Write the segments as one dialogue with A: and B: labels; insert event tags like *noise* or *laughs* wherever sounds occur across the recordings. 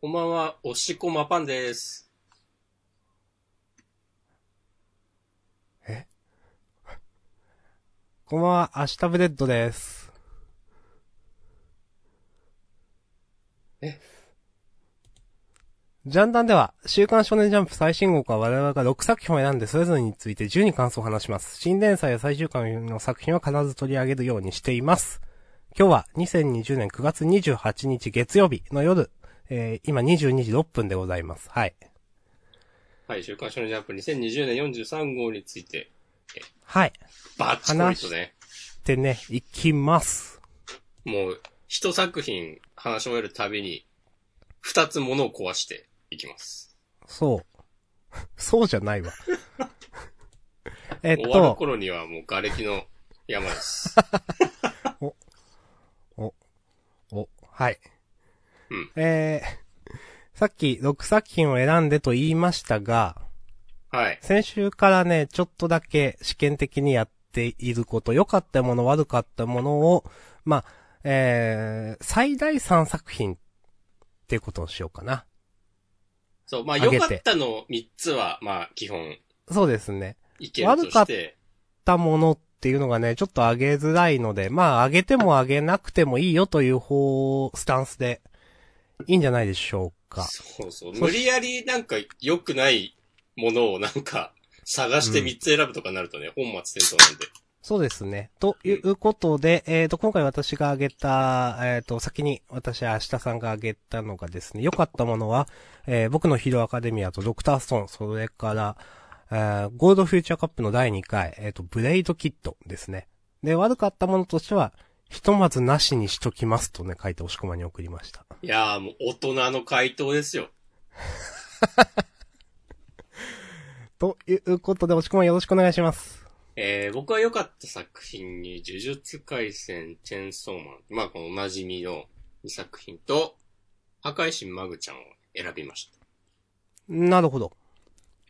A: こんばんは、おしこまパンです。
B: こんばんは、アシタブデッドです。
A: え
B: ジャンダンでは、週刊少年ジャンプ最新号から我々が6作品を選んでそれぞれについて10に感想を話します。新連載や最終巻の作品は必ず取り上げるようにしています。今日は2020年9月28日月曜日の夜、えー、今22時6分でございます。はい。
A: はい、週刊少年ジャンプ2020年43号について、
B: はい。
A: バッチコリとね、
B: でね、いきます。
A: もう、一作品話し終えるたびに、二つ物を壊していきます。
B: そう。 *laughs* そうじゃな
A: *laughs*
B: いわ。えっ
A: 終わる
B: と、
A: 頃にはもう瓦礫の山です。
B: お、はい。
A: うん
B: えー、さっき6作品を選んでと言いましたが、
A: はい。
B: 先週からね、ちょっとだけ試験的にやっていること、良かったもの、悪かったものを、まあ、えー、最大3作品っていうことをしようかな。
A: そう、まあ
B: 上げて
A: 良かったの三つは、まあ基本、
B: そうですね。
A: いけると
B: 悪か
A: し、
B: ってったものっていうのがね、ちょっと上げづらいので、まあ上げても上げなくてもいいよという方、スタンスで、いいんじゃないでしょうか。
A: そうそう。
B: そ
A: 無理やりなんか良くないものをなんか探して三つ選ぶとかなるとね、本末転倒なんで。
B: そうですね。ということで、えっ、と、今回私が挙げた、えっ、と、先に私、明日さんが挙げたのがですね、良かったものは、えー僕のヒーローアカデミアとドクターストーン、それから、えーゴールドフューチャーカップの第2回、えっ、と、ブレイドキットですね。で、悪かったものとしては、ひとまずなしにしときますとね、書いて押し込まに送りました。
A: いやーもう大人の回答ですよ。
B: ということで、押し込まよろしくお願いします。
A: えー、僕は良かった作品に、呪術廻戦、チェンソーマン、まあこのおなじみの2作品と、破壊神マグちゃんを選びまし
B: なるほど。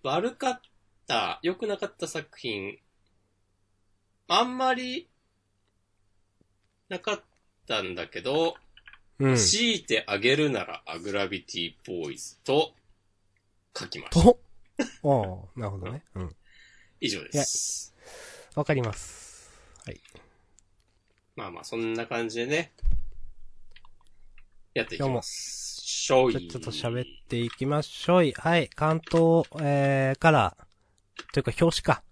A: た。悪かった、良くなかった作品、あんまり、なかったんだけど、
B: うん。
A: 強いてあげるならアグラビティボーイズと、書きました。
B: とおーなるほどね。うん。
A: 以上です。
B: わかります。はい。
A: まあまあ、そんな感じでね、やっていきます。しょ
B: じゃ
A: い。
B: あちょっと喋っていきましょい。はい。関東、えー、から、というか表紙か。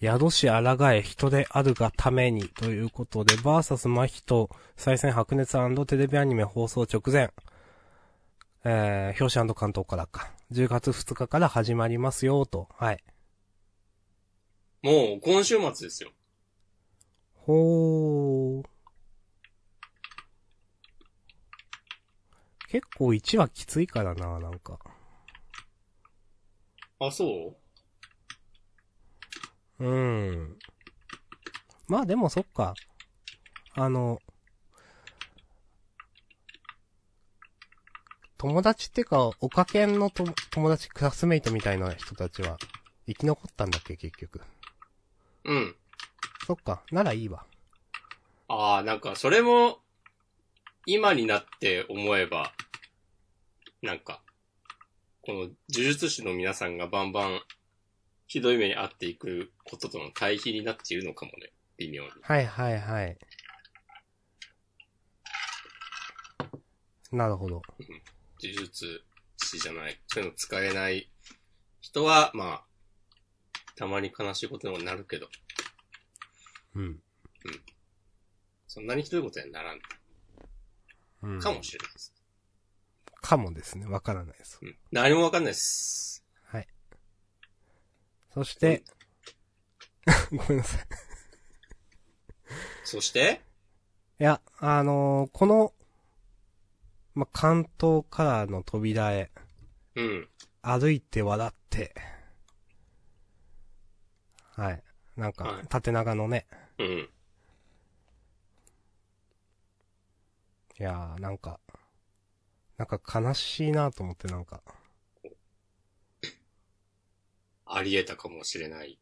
B: 宿し抗え人であるがためにということで、バーサスマヒと再戦白熱テレビアニメ放送直前、えー、表紙関東からか。10月2日から始まりますよと。はい。
A: もう、今週末ですよ。
B: ほー。結構1はきついからな、なんか。
A: あ、そう
B: うん。まあでもそっか。あの、友達ってか、おかけんのと友達、クラスメイトみたいな人たちは、生き残ったんだっけ、結局。
A: うん。
B: そっか、ならいいわ。
A: ああ、なんか、それも、今になって思えば、なんか、この呪術師の皆さんがバンバン、ひどい目に遭っていくこととの対比になっているのかもね。微妙に。
B: はいはいはい。なるほど。
A: 呪術師じゃない。そういうの使えない人は、まあ、たまに悲しいことにもなるけど、
B: うん。
A: そんなにひどいことにはならん
B: うん、
A: かもしれないです。
B: かもですね。わからないです。
A: うん。何もわかんないです。
B: そして、ごめんなさい。
A: そして、
B: いや、あのーこの、ま、関東カラーの扉へ、
A: うん。
B: 歩いて笑って、はい。なん
A: は
B: か
A: い、
B: 縦長のね、
A: うん。
B: いやー、なんか、なんか悲しいなと思って、なんか、
A: あり得たかもしれない。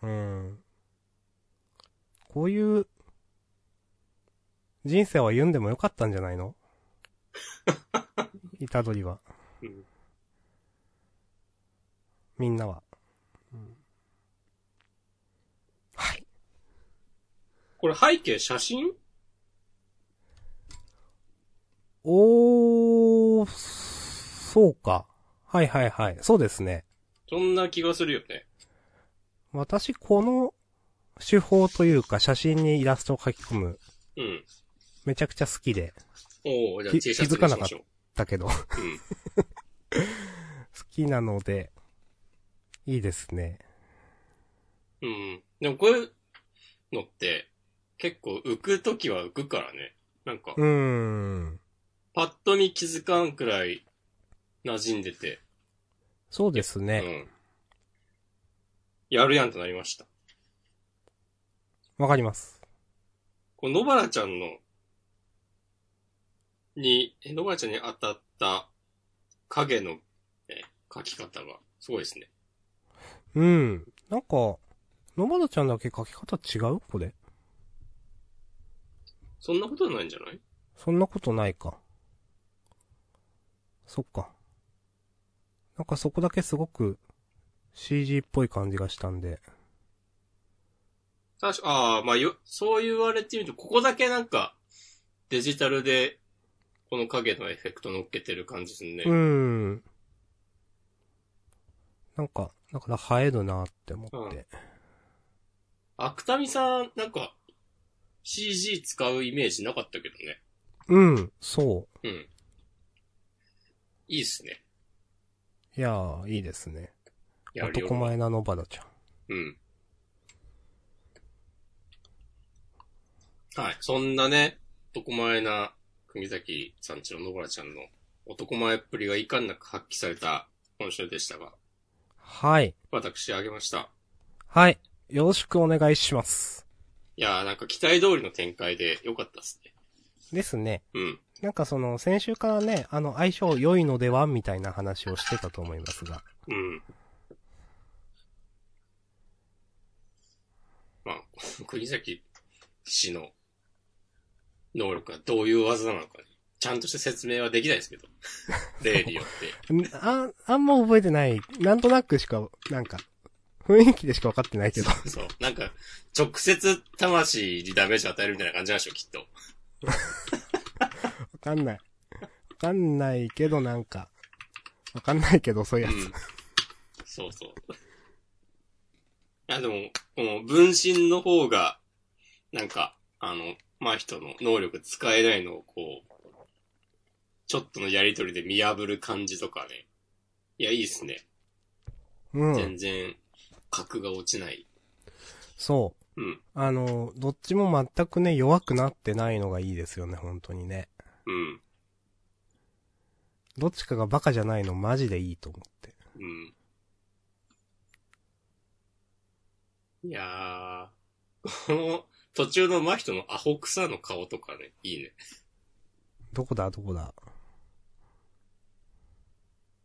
B: うん。こういう、
A: *laughs*
B: 人生を歩んでもよかったんじゃないのいたどりは。
A: うん
B: みんなは。はい。
A: これ背景写真
B: おー、そうか。はいはいはい。そうですね。
A: そんな気がするよね。
B: 私、この手法というか、写真にイラストを書き込む、
A: うん。
B: めちゃくちゃ好きで、
A: おおじゃあ
B: き
A: T シャツ
B: 気づか
A: にしま
B: なかっ
A: しょう。
B: だけど、 *laughs* 好
A: うん。
B: きなので、いいですね。
A: うん。でもこういうのって、結構浮くときは浮くからね。なんか
B: う、ーん。
A: パッと見気づかんくらい馴染んでて、
B: そうです
A: う
B: ね。
A: ん。やるやんとなりました。
B: わかります。
A: この野原ちゃんの、に、え野原ちゃんに当たった影の、え、描き方が、すごいですね。
B: うん。なんか、野原ちゃんだけ書き方違うこれ。
A: そんなことはないんじゃない
B: そんなことないか。そっか。なんかそこだけすごく CG っぽい感じがしたんで。
A: 確か、ああ、まあよ、そう言われてみると、ここだけなんか、デジタルで、この影のエフェクト乗っけてる感じですね。
B: うーん。なんか、だから映えるなって思って。
A: アクタミさん、なんか、CG 使うイメージなかったけどね。
B: うん、そ
A: うん。いいっすね。
B: う。いやー、いいですね。
A: やるよ
B: 男前な野原ちゃん。
A: うん。はい。そんなね、男前な、国崎さんちの野原ちゃんの男前っぷりがいかんなく発揮された今週でしたが、
B: はい。
A: 私あげました。
B: はい。よろしくお願いします。
A: いやーなんか期待通りの展開で良かったっすね。
B: ですね。
A: うん。
B: なんかその、先週からね、あの、相性良いのではみたいな話をしてたと思いますが。
A: うん。まあ、 *laughs* 国崎氏の能力がどういう技なのかね。ちゃんとした説明はできないですけど。例によって。
B: んあ、あんま覚えてない。なんとなくしか、なんか、雰囲気でしか分かってないけど。
A: そう。なんか、直接魂にダメージを与えるみたいな感じなんでしょう、きっと。
B: わかんない。わかんないけど、なんか。わかんないけど、そういう
A: う
B: やつ。
A: ん。そうそう。あ、でも、この分身の方が、なんか、あの、まあ、人の能力使えないのをこう、ちょっとのやりとりで見破る感じとかね。いや、いいっすね。
B: うん。
A: 全然、格が落ちない。
B: そ
A: うん。
B: う。あの、どっちも全くね、弱くなってないのがいいですよね、本当にね。
A: うん。
B: どっちかがバカじゃないの、マジでいいと思って。
A: うん。いやー、 *laughs* この、途中の真人のアホ草の顔とかね、いいね。
B: どこだ、どこだ。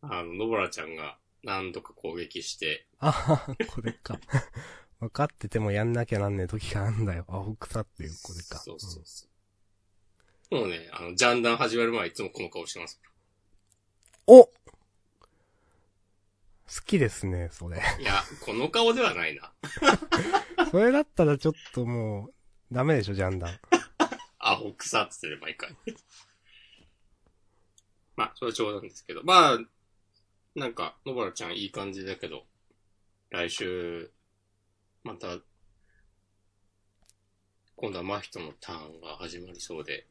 A: あの、野原ちゃんが何度か攻撃して、
B: あこれか。 *laughs* 分かっててもやんなきゃなんねえ時があんだよ。青草っていう、これか。
A: そうそうそう。もうね、あの、ジャンダン始まる前いつもこの顔してます。
B: うんお好きですね、それ。 *laughs*
A: いや、この顔ではないな。
B: それだったらちょっともう、ダメでしょ、ジャンダン。
A: アホ草って言ってる、毎回。 *laughs* まあ、それは冗談ですけど。まあ、なんか、野原ちゃんいい感じだけど、来週、また、今度は真人のターンが始まりそうで、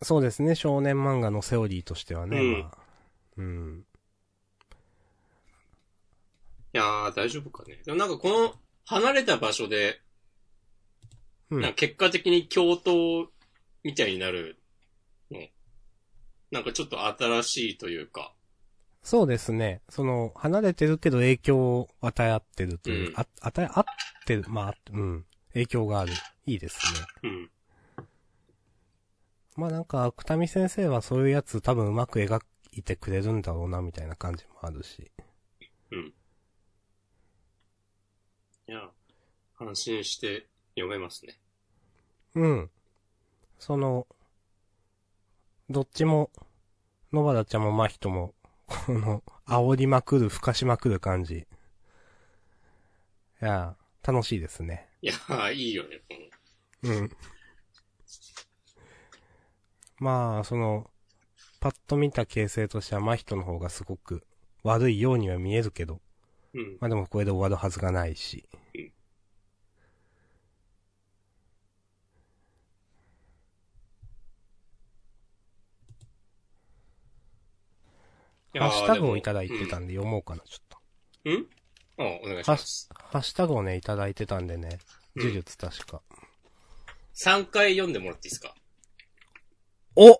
B: そうですね、少年漫画のセオリーとしてはね、
A: うん
B: まあ。うん。
A: いやー、大丈夫かね。でもなんかこの、離れた場所で、
B: うん
A: なんか結果的に共闘みたいになるの、なんかちょっと新しいというか、
B: そうですね。その、離れてるけど影響を与え合ってるという、
A: うん
B: あ、与え合ってる、まあ、うん。影響がある。いいですね。
A: うん。
B: まあなんか、くたみ先生はそういうやつ多分うまく描いてくれるんだろうな、みたいな感じもあるし。
A: いや、安心して読めますね。
B: うん。その、どっちも、野原ちゃんも真人も、この、煽りまくる、吹かしまくる感じ。いやー、楽しいですね。
A: いやー、いいよね。うん
B: うん。まあ、その、パッと見た形勢としては真人の方がすごく悪いようには見えるけど、
A: うん。
B: まあでもこれで終わるはずがないし
A: うん。いやー
B: ハッシュタグをいただいてたんで読もうかな、ちょっと。
A: うんあお願いします。
B: ハッシュタグをね、いただいてたんでね、
A: うん
B: 呪術確か。
A: 3回読んでもらっていいですか
B: おい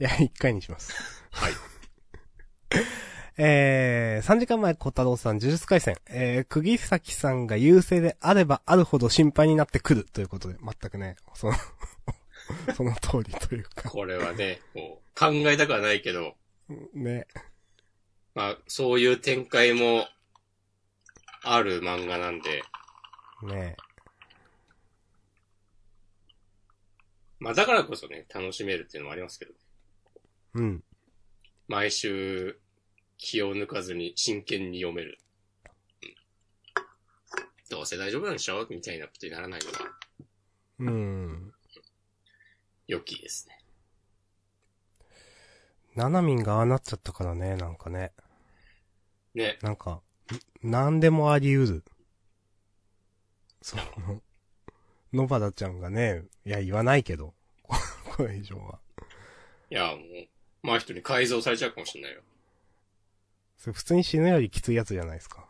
B: や、一回にします。
A: はい。
B: *laughs* えー、3時間前、小太郎さん、呪術回戦。えー、釘崎さんが優勢であればあるほど心配になってくるということで、全くね、その、 *laughs* その通りというか、
A: これはね、こう、考えたくはないけど、
B: ね。
A: まあ、そういう展開も、ある漫画なんで、
B: ね
A: まあだからこそね、楽しめるっていうのもありますけど、
B: うん。
A: 毎週、気を抜かずに真剣に読める。うんどうせ大丈夫なんでしょみたいなことにならないのは、
B: うん。
A: 良きですね。
B: ななみんがああなっちゃったからね、なんかね。
A: ね。
B: なんか、んなんでもあり得る。その、野原ちゃんがね、いや、言わないけど、 *laughs* ここれ以上は。
A: いや、もう、まあ人に改造されちゃうかもしれないよ。
B: それ普通に死ぬよりきついやつじゃないですか。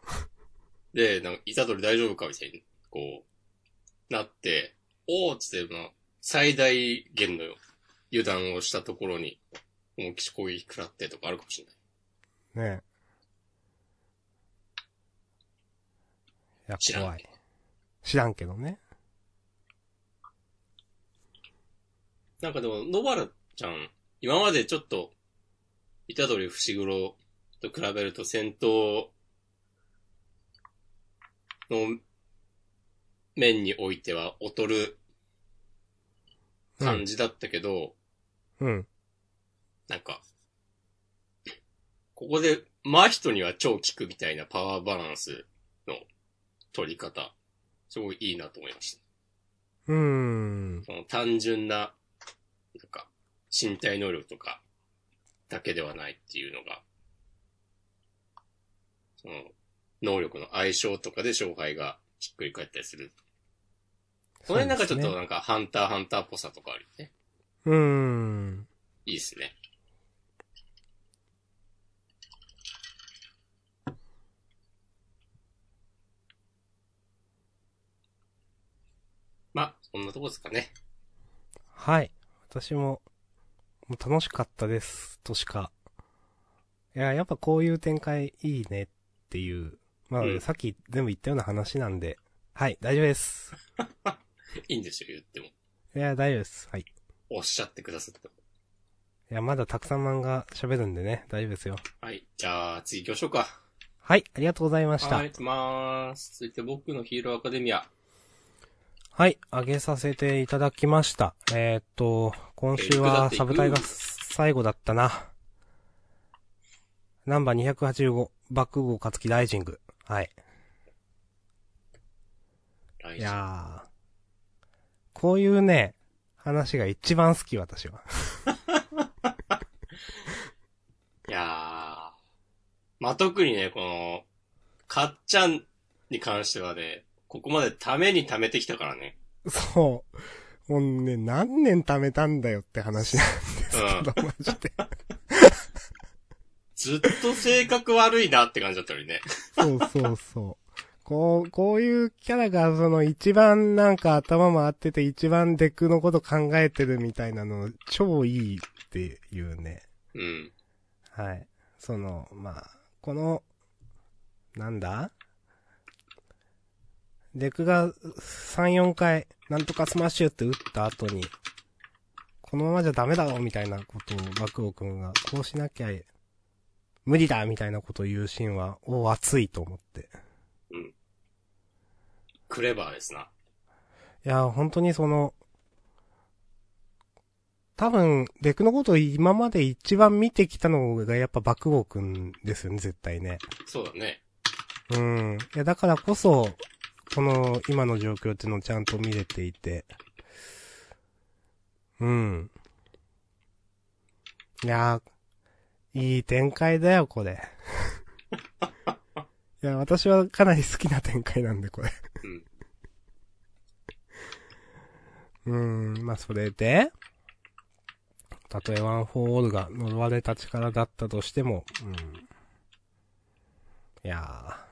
A: で、なんか、いたどり大丈夫かみたいに、こう、なって、おーっつって、まあ、最大限の油断をしたところに、もう、攻撃食らってとかあるかもしれない。
B: ねえ。いや、
A: 知らん
B: 怖い。知らんけどね。
A: なんかでも、野原ちゃん、今までちょっと、いたどり伏黒と比べると戦闘の面においては劣る感じだったけど、
B: うん。
A: なんか、ここで、真人には超効くみたいなパワーバランスの取り方、すごいいいなと思いました。
B: うーん。
A: その単純な、なんか、身体能力とか、だけではないっていうのが、その、能力の相性とかで勝敗がひっくり返ったりする。それなんかちょっと
B: そうですね
A: なんか、ハンターハンターっぽさとかあるよね。
B: うーん。
A: いいですね。まあ、そんなとこですかね。
B: はい。私も、もう楽しかったです、としか。いや、やっぱこういう展開いいねっていう。まあ、
A: うん
B: さっき全部言ったような話なんで。はい、大丈夫です。
A: いいんですよ、言っても。
B: いや、大丈夫です。はい。
A: おっしゃってくださっても。
B: いや、まだたくさん漫画喋るんでね、大丈夫ですよ。
A: はい。じゃあ、次行きましょうか。
B: はい、ありがとうございました
A: はい、。行きまーす。続いて僕のヒーローアカデミア。
B: はい、あげさせていただきました。えーっと、今週はサブ隊が最後だったな。ナンバー285、バック号勝木ライジング。はい。
A: 来
B: い
A: 週。あ
B: やー。こういうね、話が一番好き、私は。 *laughs*
A: いやー。まあ、特にね、この、かっちゃんに関してはね、ここまでために貯めてきたからね。
B: そう。もうね、何年貯めたんだよって話なんです *laughs* けど、マジで。
A: ずっと性格悪いなって感じだったのにね。
B: そうそうそう。こう、こういうキャラが、その一番なんか頭回ってて一番デクのこと考えてるみたいなの、超いいっていうね。
A: うん。
B: はい。その、まあ、この、なんだデクが3、4回、なんとかスマッシュって打った後に、このままじゃダメだろみたいなことをバクオ君が、こうしなきゃ、無理だみたいなことを言うシーンは、お、熱いと思って。
A: クレバーですな。
B: いや、本当にその、多分、デクのことを今まで一番見てきたのがやっぱ爆豪くんですよね、絶対ね。
A: そうだね。
B: うん。いや、だからこそ、この、今の状況っていうのをちゃんと見れていて。うん。いやー、いい展開だよ、こ *laughs* れ。いや、私はかなり好きな展開なんで、これ。うん、まあ、それで、たとえワン・フォー・オールが呪われた力だったとしても、うん。いや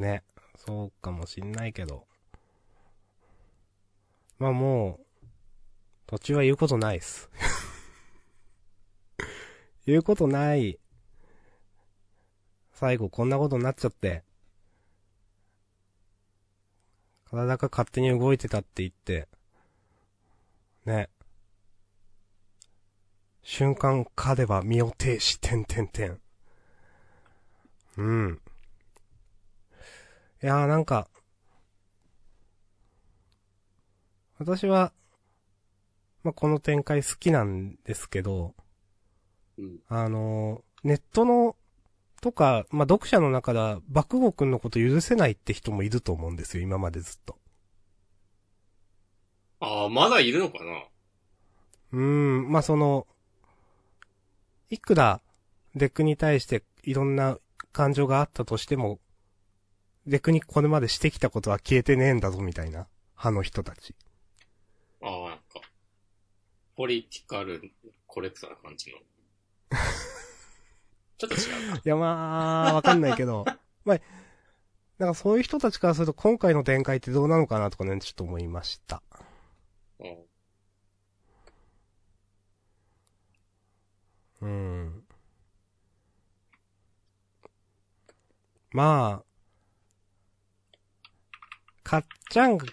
B: ー。ね、そうかもしんないけど。まあもう、途中は言うことないっす。 *laughs* 言うことない。最後こんなことになっちゃって。体が勝手に動いてたって言って。ね。瞬間かでは身を挺し、てんてんてん。うん。いやーなんか、私は、まあ、この展開好きなんですけど、
A: うん。
B: あのーネットの、とか、まあ、読者の中では、爆豪くんのこと許せないって人もいると思うんですよ、今までずっと。
A: ああ、まだいるのかな
B: うーん、まあ、その、いくら、デックに対していろんな感情があったとしても、デックにこれまでしてきたことは消えてねえんだぞ、みたいな、派の人たち。
A: ああ、なんか、ポリティカル、コレクトな感
B: *laughs*
A: じの。ちょっと違うか。
B: いや、まあ、わかんないけど、 *laughs* まあ、なんかそういう人たちからすると今回の展開ってどうなのかなとかね、ちょっと思いました。
A: うん
B: うん。まあ、かっちゃんが、い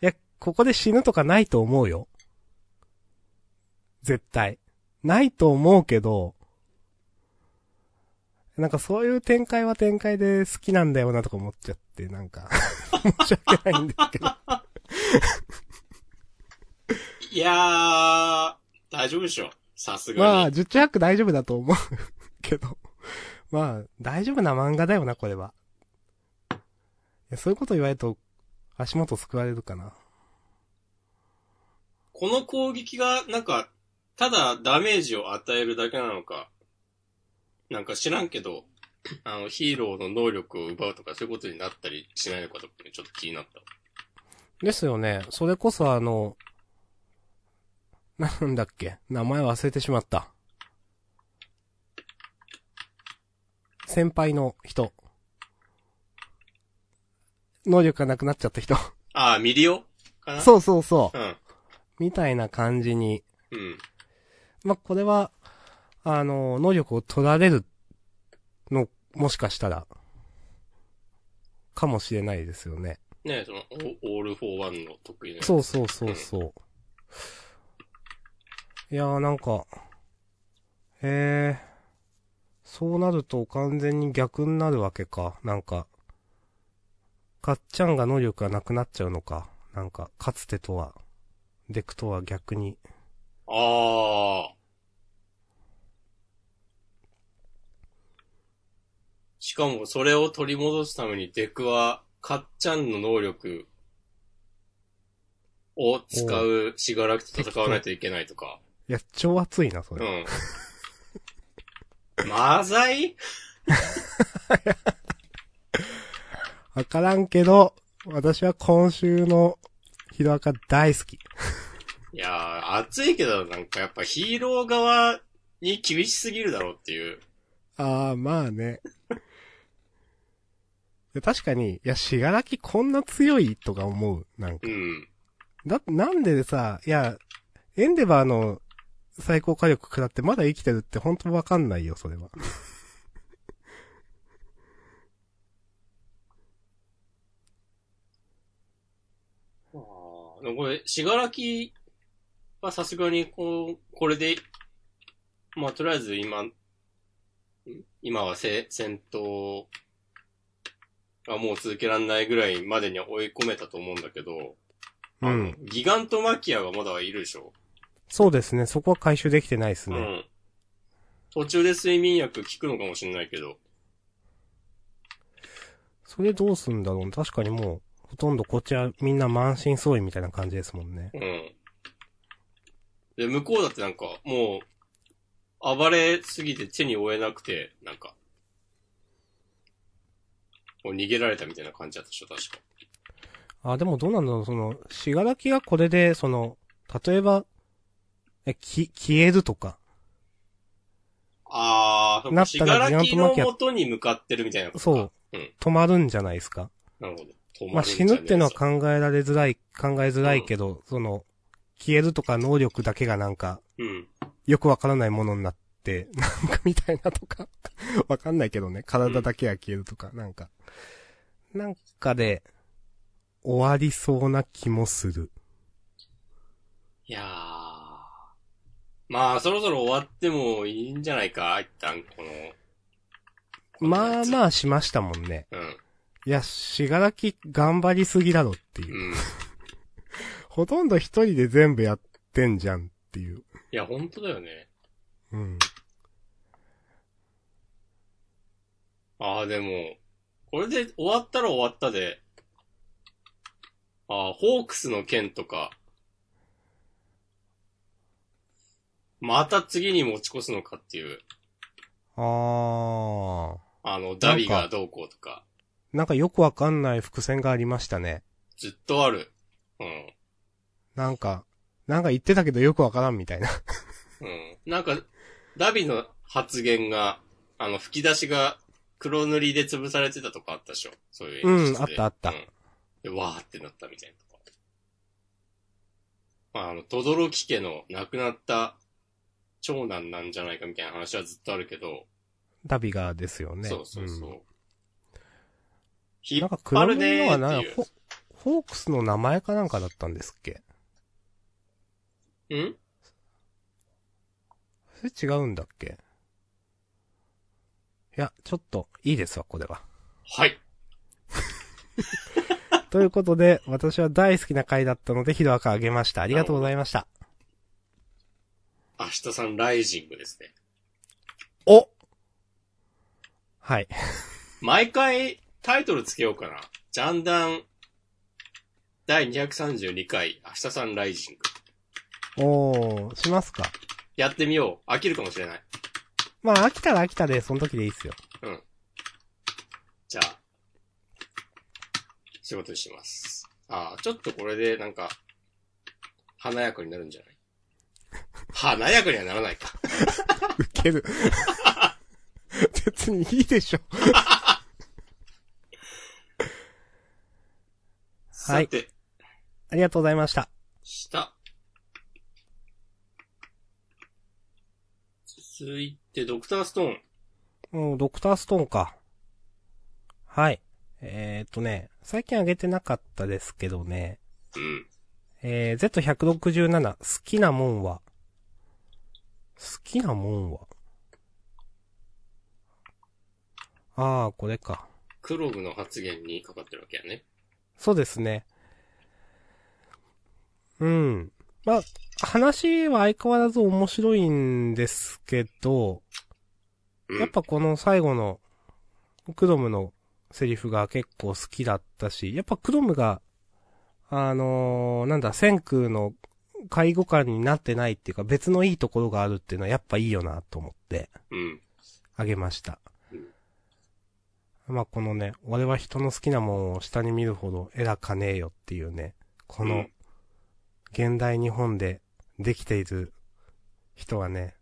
B: や、ここで死ぬとかないと思うよ。絶対。ないと思うけど、なんかそういう展開は展開で好きなんだよなとか思っちゃって、なんか、 *laughs* 申し訳ないんですけど。
A: いやー、大丈夫でしょ。さす
B: ま
A: が
B: あ、
A: に。
B: 十中八九大丈夫だと思う *laughs* けど。まあ、大丈夫な漫画だよな、これは。いやそういうこと言われると、足元救われるかな。
A: この攻撃が、なんか、ただダメージを与えるだけなのか、なんか知らんけど、あの、ヒーローの能力を奪うとかそういうことになったりしないのかとかね、ちょっと気になった。
B: ですよね。それこそあの、なんだっけ。名前忘れてしまった。先輩の人。能力がなくなっちゃった人。
A: ああ、ミリオかなう。
B: そうそうそ
A: うん。
B: う。みたいな感じに
A: うん。
B: まあ、これは、あの、能力を取られるの、もしかしたら、かもしれないですよね。
A: ねその、オオールフォーワンの得意な。
B: そうそうそうそう。いやーなんか、えー、そうなると完全に逆になるわけか。なんか、かっちゃんが能力がなくなっちゃうのか。なんか、かつてとは、デクとは逆に。
A: ああ。しかも、それを取り戻すために、デクは、カッチャンの能力を使うしがらきと戦わないといけないとか。
B: いや、超熱いな、それ。
A: うん。マザイ
B: わからんけど、私は今週のヒロアカ大好き。
A: いやー、熱いけど、なんかやっぱヒーロー側に厳しすぎるだろうっていう。
B: ああ、まあね。いや確かに、いや、しがらきこんな強いとか思う。なんか
A: う。ん。
B: だ、なんでさ、いや、エンデバーの最高火力食らってまだ生きてるって本当わかんないよ、それは。
A: あーでもこれ、しがらきはさすがに、こう、これで、まあ、とりあえず今、ん今はせ戦闘がもう続けられないぐらいまでには追い込めたと思うんだけど、
B: う
A: あ
B: ん
A: の、ギガントマキアがまだいるでしょ。
B: そうですね。そこは回収できてないです
A: う
B: ね。
A: ん。途中で睡眠薬効くのかもしれないけど。
B: それどうすんだろう確かにもう、ほとんどこっちはみんな満身創痍みたいな感じですもんね。
A: うん。で、向こうだってなんか、もう、暴れすぎて手に負えなくて、なんか、もう逃げられたみたいな感じだったでしょ、確か。
B: あ、でもどうなんだろうその、しがらきがこれで、その、例えば、え、き、消えるとか。
A: あー、そ
B: な
A: っか、
B: っ
A: した
B: ら
A: がら
B: ギ
A: き
B: ガント
A: の
B: マキア
A: 元に向かってるみたいなことか
B: そう。
A: うん
B: 止まるんじゃないですか。
A: なるほど。止
B: まあ、
A: るん
B: 死
A: じゃねえぞ
B: ぬってのは考えられづらい、考えづらいけど、その、消えるとか能力だけがなんか、
A: うん。
B: よくわからないものになって、 *laughs* なんかみたいなとか、 *laughs* わかんないけどね、体だけが消えるとか、なんか、なんかで、終わりそうな気もする。
A: いやー。まあ、そろそろ終わってもいいんじゃないか、一旦、この。
B: まあま
A: あ。
B: あしましたもんね。
A: うん。
B: いや、しがらき頑張りすぎだろっていう。
A: うん。い
B: ほとんど一人で全部やってんじゃんっていう。
A: や、本当だよね。
B: うん。
A: ああ、でも、これで終わったら終わったで、ああ、ホークスの件とか、また次に持ち越すのかっていう、
B: あー。
A: あの、ダビがどうこうとか、
B: なんかよくわかんない伏線がありましたね。
A: ずっとある。うん。
B: なんか、なんか言ってたけどよくわからんみたいな。
A: うん。なんか、ダビの発言が、あの、吹き出しが黒塗りで潰されてたとかあったでしょそういう演出で
B: うんあったあった
A: んで、わーってなったみたいなとか。まあ、あの、とどろき家の亡くなった長男なんじゃないかみたいな話はずっとあるけど、
B: ダビガーですよね。
A: そうそうそう。
B: ん
A: 引
B: なん
A: っ
B: か
A: 張
B: 黒
A: る
B: 塗り
A: ね
B: のは
A: ー
B: な
A: っていう。
B: ホ、ホークスの名前かなんかだったんですっけ
A: うん
B: それ違うんだっけいや、ちょっと、いいですわ、これは。
A: はい。
B: ということで、私は大好きな回だったので、ヒロアカあげました。ありがとうございました。
A: 明日さんライジングですね。
B: おはい。
A: 毎回タイトルつけようかな。ジャンダン第232回明日さんライジング。
B: おー、しますか。
A: やってみよう。飽きるかもしれない。
B: まあ、飽きたら飽きたで、その時でいいっすよ。
A: じゃあ、仕事します。ああ、ちょっとこれでなんか、華やかになるんじゃない華やかにはならないか。
B: ウケる。 *laughs* 別にいいでしょ。 *laughs* はい
A: さて、
B: ありがとうございました。
A: 下。続いて、ドクターストーン。
B: うん、ドクターストーンか。はい。えー、っとね、最近あげてなかったですけどね、
A: うん。
B: えー、Z167、好きなもんは好きなもんはあー、これか。
A: クログの発言にかかってるわけやね。
B: そうですね。うん。まあ、話は相変わらず面白いんですけど、
A: うん
B: やっぱこの最後の、クロムのセリフが結構好きだったし、やっぱクロムが、あのーなんだ、千空の介護官になってないっていうか別のいいところがあるっていうのはやっぱいいよなと思って
A: うん。
B: あげました。まあこのね、俺は人の好きなもんを下に見るほど偉かねえよっていうね、こ
A: う
B: の
A: ん
B: 現代日本でできている人はね、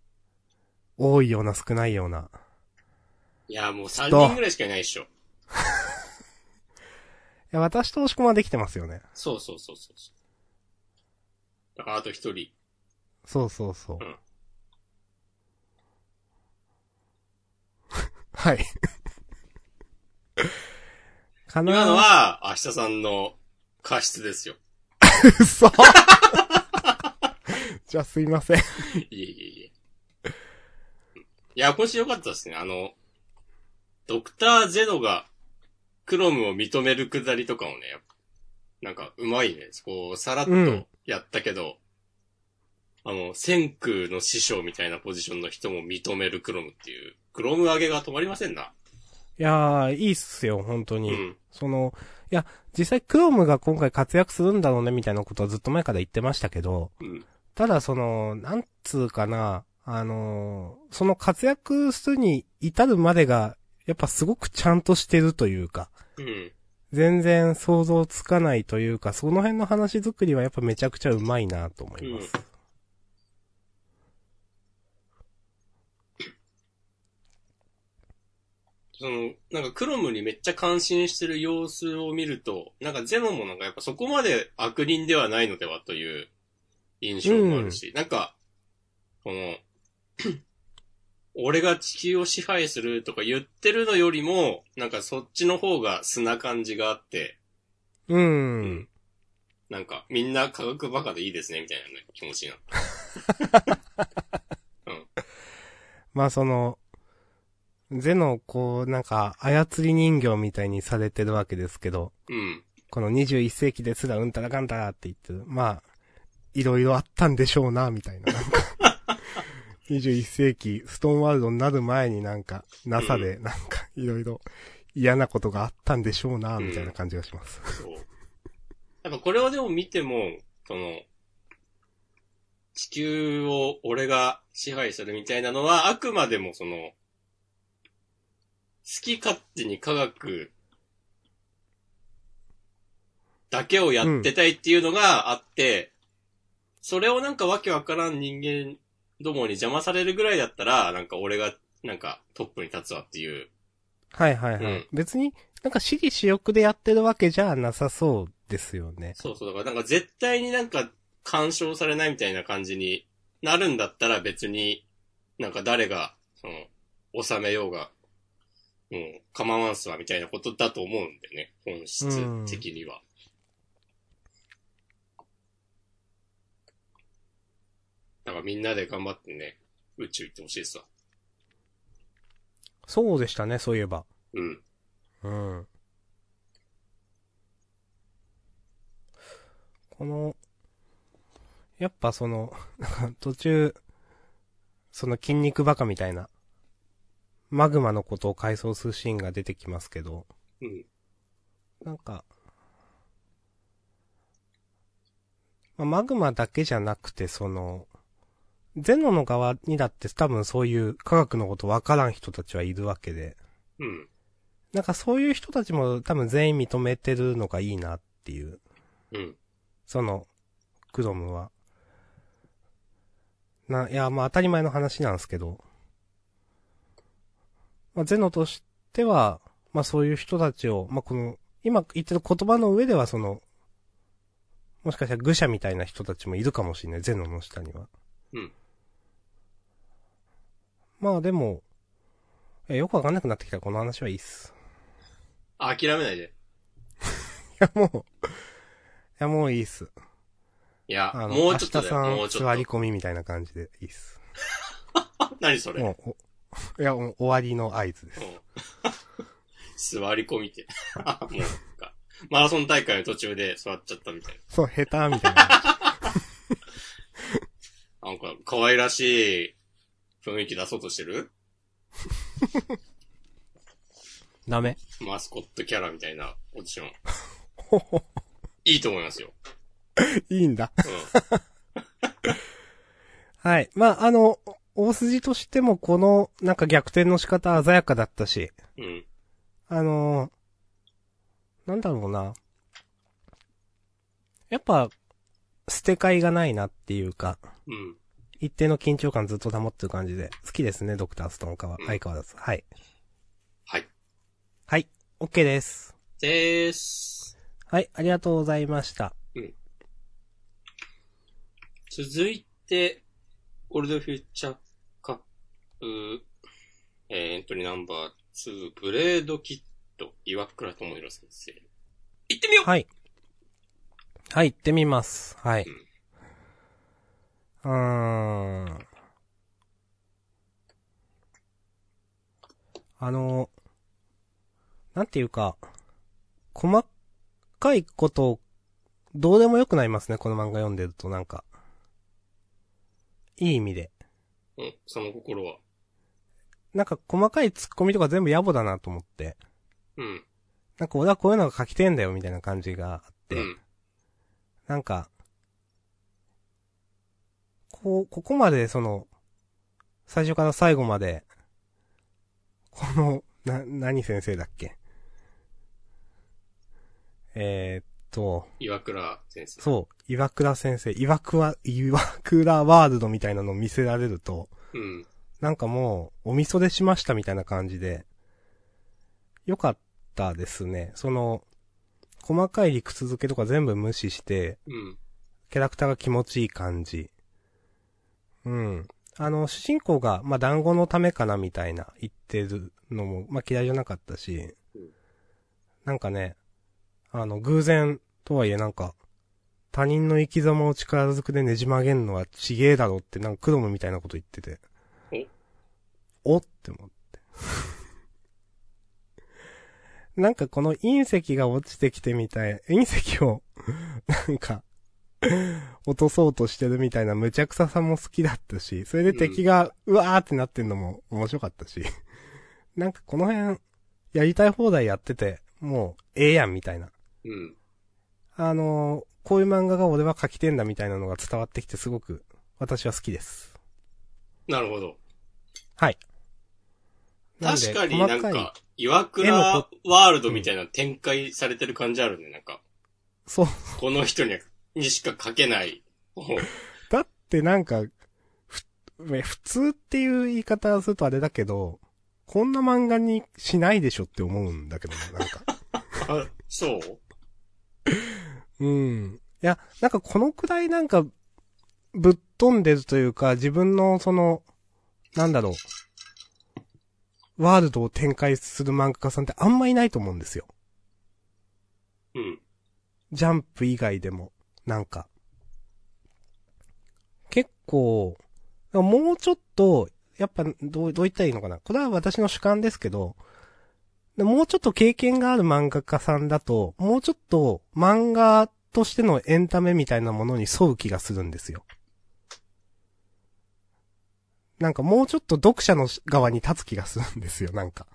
B: 多いような少ないような、
A: いや、もう
B: っ
A: 3
B: と
A: 人ぐらいしかいないっしょ。
B: いや、私と押し込まできてますよね。
A: そうそうそうそうそう。だからあと一人。
B: そうそうそう
A: うん。
B: *laughs* はい。かな
A: 今のは、明日さんの過失ですよ。
B: *laughs* 嘘 *laughs* じゃあすいません。
A: いえいえいえ。いや、今週良かったですね。あの、ドクターゼノが、クロムを認めるくだりとかもね、なんか、うまいね。こう、さらっ
B: うん
A: とやったけど、あの、千空の師匠みたいなポジションの人も認めるクロムっていう、クロム上げが止まりませんな。
B: いやー、いいっすよ、本当
A: う
B: に。
A: ん。
B: その、いや、実際クロームが今回活躍するんだろうね、みたいなことはずっと前から言ってましたけど、
A: うん。
B: ただその、なんつうかな、あのーその活躍するに至るまでが、やっぱすごくちゃんとしてるというか、
A: うん。
B: 全然想像つかないというか、その辺の話作りはやっぱめちゃくちゃうまいなと思います。
A: その、なんかクロムにめっちゃ感心してる様子を見ると、なんかゼノもなんかやっぱそこまで悪人ではないのではという印象もあるし、なんか、この、 *clears throat* 俺が地球を支配するとか言ってるのよりも、なんかそっちの方が素な感じがあって、
B: うん。
A: うんなんかみんな科学バカでいいですねみたいなね気持ちになった。
B: まあその、ゼノをこう、なんか、操り人形みたいにされてるわけですけど、
A: うん。
B: この21世紀ですらうんたらかんたらって言ってる。まあ、いろいろあったんでしょうな、みたいな。なんか21世紀、ストーンワールドになる前になんか、NASA でなんか、いろいろ嫌なことがあったんでしょうな、みたいな感じがします。
A: そう。やっぱこれをでも見ても、その、地球を俺が支配するみたいなのは、あくまでもその、好き勝手に科学だけをやってたいっていうのがあって、それをなんかわけわからん人間どもに邪魔されるぐらいだったら、なんか俺が、なんかトップに立つわっていう。
B: はいはいはい。
A: うん
B: 別に、なんか私利私欲でやってるわけじゃなさそうですよね。
A: そうそう。だからなんか絶対になんか干渉されないみたいな感じになるんだったら別になんか誰が、その、収めようが、うん、構わんすわみたいなことだと思うんでね。本質的には。だからみんなで頑張ってね、宇宙行ってほしいですわ。
B: そうでしたね、そういえば。
A: うん。
B: うん。この、やっぱその、なんか途中、その筋肉バカみたいな、マグマのことを回想するシーンが出てきますけど、
A: うん。
B: なんか、まあ、マグマだけじゃなくて、その、ゼノの側にだって多分そういう科学のことわからん人たちはいるわけで、
A: うん。
B: なんかそういう人たちも多分全員認めてるのがいいなっていう。
A: うん。
B: その、クロムは。な、いや、まあ当たり前の話なんですけど。まあゼノとしては、まあそういう人たちを、まあこの、今言ってる言葉の上ではその、もしかしたら愚者みたいな人たちもいるかもしれない、ゼノの下には。
A: うん。
B: まあでも、えよくわかんなくなってきたらこの話はいいっす。
A: あ諦めないで。
B: いや、もう、いや、もういいっす。
A: いや、
B: あの、
A: もうちょっとだよ。も
B: 明
A: う
B: 日
A: ち
B: さん座
A: ょっ
B: り
A: と。
B: 込みみたいな感じでいいっす。
A: 何それ。
B: もう、お *laughs* いや、もう終わりの合図です。
A: うん座り込みて。 *laughs* あもうなんか、マラソン大会の途中で座っちゃったみたい
B: そう、下手みたいな。
A: な。なんか、可愛らしい雰囲気出そうとしてる
B: ダメ。
A: マスコットキャラみたいなポジション。いいと思いますよ。
B: *laughs* いいんだ。
A: うん。
B: はい。まあ、あの、大筋としてもこの、なんか逆転の仕方鮮やかだったし、
A: うん。
B: あのーなんだろうな。やっぱ、捨て替えがないなっていうか、
A: うん。
B: 一定の緊張感ずっと保ってる感じで、好きですね、ドクターストーンかは、相変わらず。はい。
A: はい。
B: はい。OK です。
A: でーす。
B: はい、ありがとうございました。
A: 続いて、ゴールドフューチャーカップ、えーエントリーナンバー2、ブレードキット、岩倉智弘先生。行ってみよう
B: はい。はい、行ってみます。はい。うーん。あの、なんていうか、細かいことをどうでもよくなりますね、この漫画読んでるとなんか。いい意味で。
A: うん、その心は。
B: なんか細かい突っ込みとか全部野暮だなと思って。
A: うん。
B: なんか俺はこういうのが書きてえんだよみたいな感じがあって。
A: うん。
B: なんか、こう、ここまでその、最初から最後まで、この、な、何先生だっけえー、っと、
A: 岩倉先生。
B: そう、岩倉先生、岩倉、岩倉ワールドみたいなのを見せられると、
A: うん。
B: なんかもう、おみそでしましたみたいな感じで、よかったですね。その、細かい理屈付けとか全部無視して、
A: うん。
B: キャラクターが気持ちいい感じ。うん。あの、主人公が、まあ、団子のためかなみたいな言ってるのも、まあ、嫌いじゃなかったし
A: うん、
B: なんかね、あの、偶然とはいえなんか、他人の生き様を力ずくでねじ曲げんのはちげえだろってなんかクロムみたいなこと言ってて。おって思って。 *laughs* なんかこの隕石が落ちてきてみたい、隕石を、 *laughs* なんか、落とそうとしてるみたいな無茶苦ささも好きだったし、それで敵が、うわーってなってんのも面白かったし、なんかこの辺、やりたい放題やってて、もう、ええやんみたいな。
A: うん。
B: あのーこういう漫画が俺は書きてんだみたいなのが伝わってきてすごく、私は好きです。
A: なるほど。
B: はい。なんで
A: 確かになん
B: 細い
A: か、岩倉ワールドみたいな展開されてる感じあるね。なんか、
B: そう。
A: この人ににしか書けない。もう
B: だってなんか、ふ、え普通っていう言い方をするとあれだけど、こんな漫画にしないでしょって思うんだけどね、なん
A: *laughs*
B: か。
A: あそう
B: うん。いや、なんかこのくらいなんか、ぶっ飛んでるというか、自分のその、なんだろう、ワールドを展開する漫画家さんってあんまいないと思うんですよ。
A: うん。
B: ジャンプ以外でも、なんか。結構、もうちょっと、やっぱ、どう、どう言ったらいいのかな。これは私の主観ですけど、でもうちょっと経験がある漫画家さんだと、もうちょっと漫画としてのエンタメみたいなものに沿う気がするんですよ。なんかもうちょっと読者の側に立つ気がするんですよ、なんか。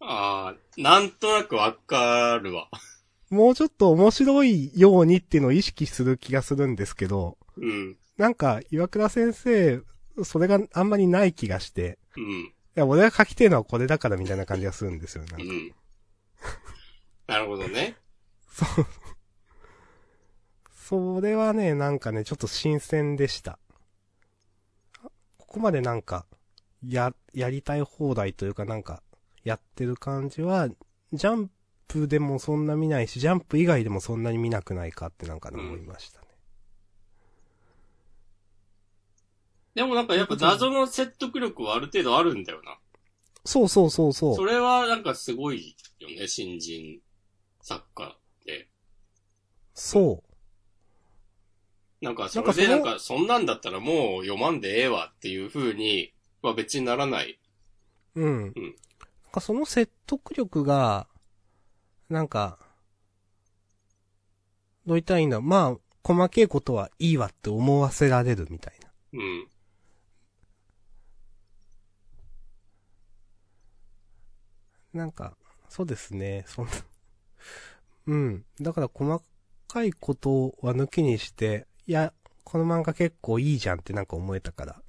A: ああ、なんとなくわかるわ。
B: もうちょっと面白いようにっていうのを意識する気がするんですけど、
A: うん。
B: なんか、岩倉先生、それがあんまりない気がして、
A: うん。
B: いや、俺が書きてえのはこれだからみたいな感じがするんですよね。な
A: うんん。
B: か
A: なるほどね。
B: そう。それはね、なんかね、ちょっと新鮮でした。ここまでなんか、や、やりたい放題というかなんか、やってる感じは、ジャンプでもそんな見ないし、ジャンプ以外でもそんなに見なくないかってなんかね
A: うん
B: 思いましたね。
A: でもなんかやっぱ謎の説得力はある程度あるんだよな。
B: そうそうそうそう。
A: それはなんかすごいよね、新人作家って。
B: そう。
A: なんかそれで
B: な
A: なんん
B: か
A: かそんなんだったらもう読まんでええわっていう風には別にならない。
B: うん。なんかその説得力が、なんか、どう言ったらいいんだろうまあ、細けいことはいいわって思わせられるみたいな。
A: うん。
B: なんか、そうですね、そんな。 *laughs* うん。だから細かいことは抜きにして、いや、この漫画結構いいじゃんってなんか思えたから。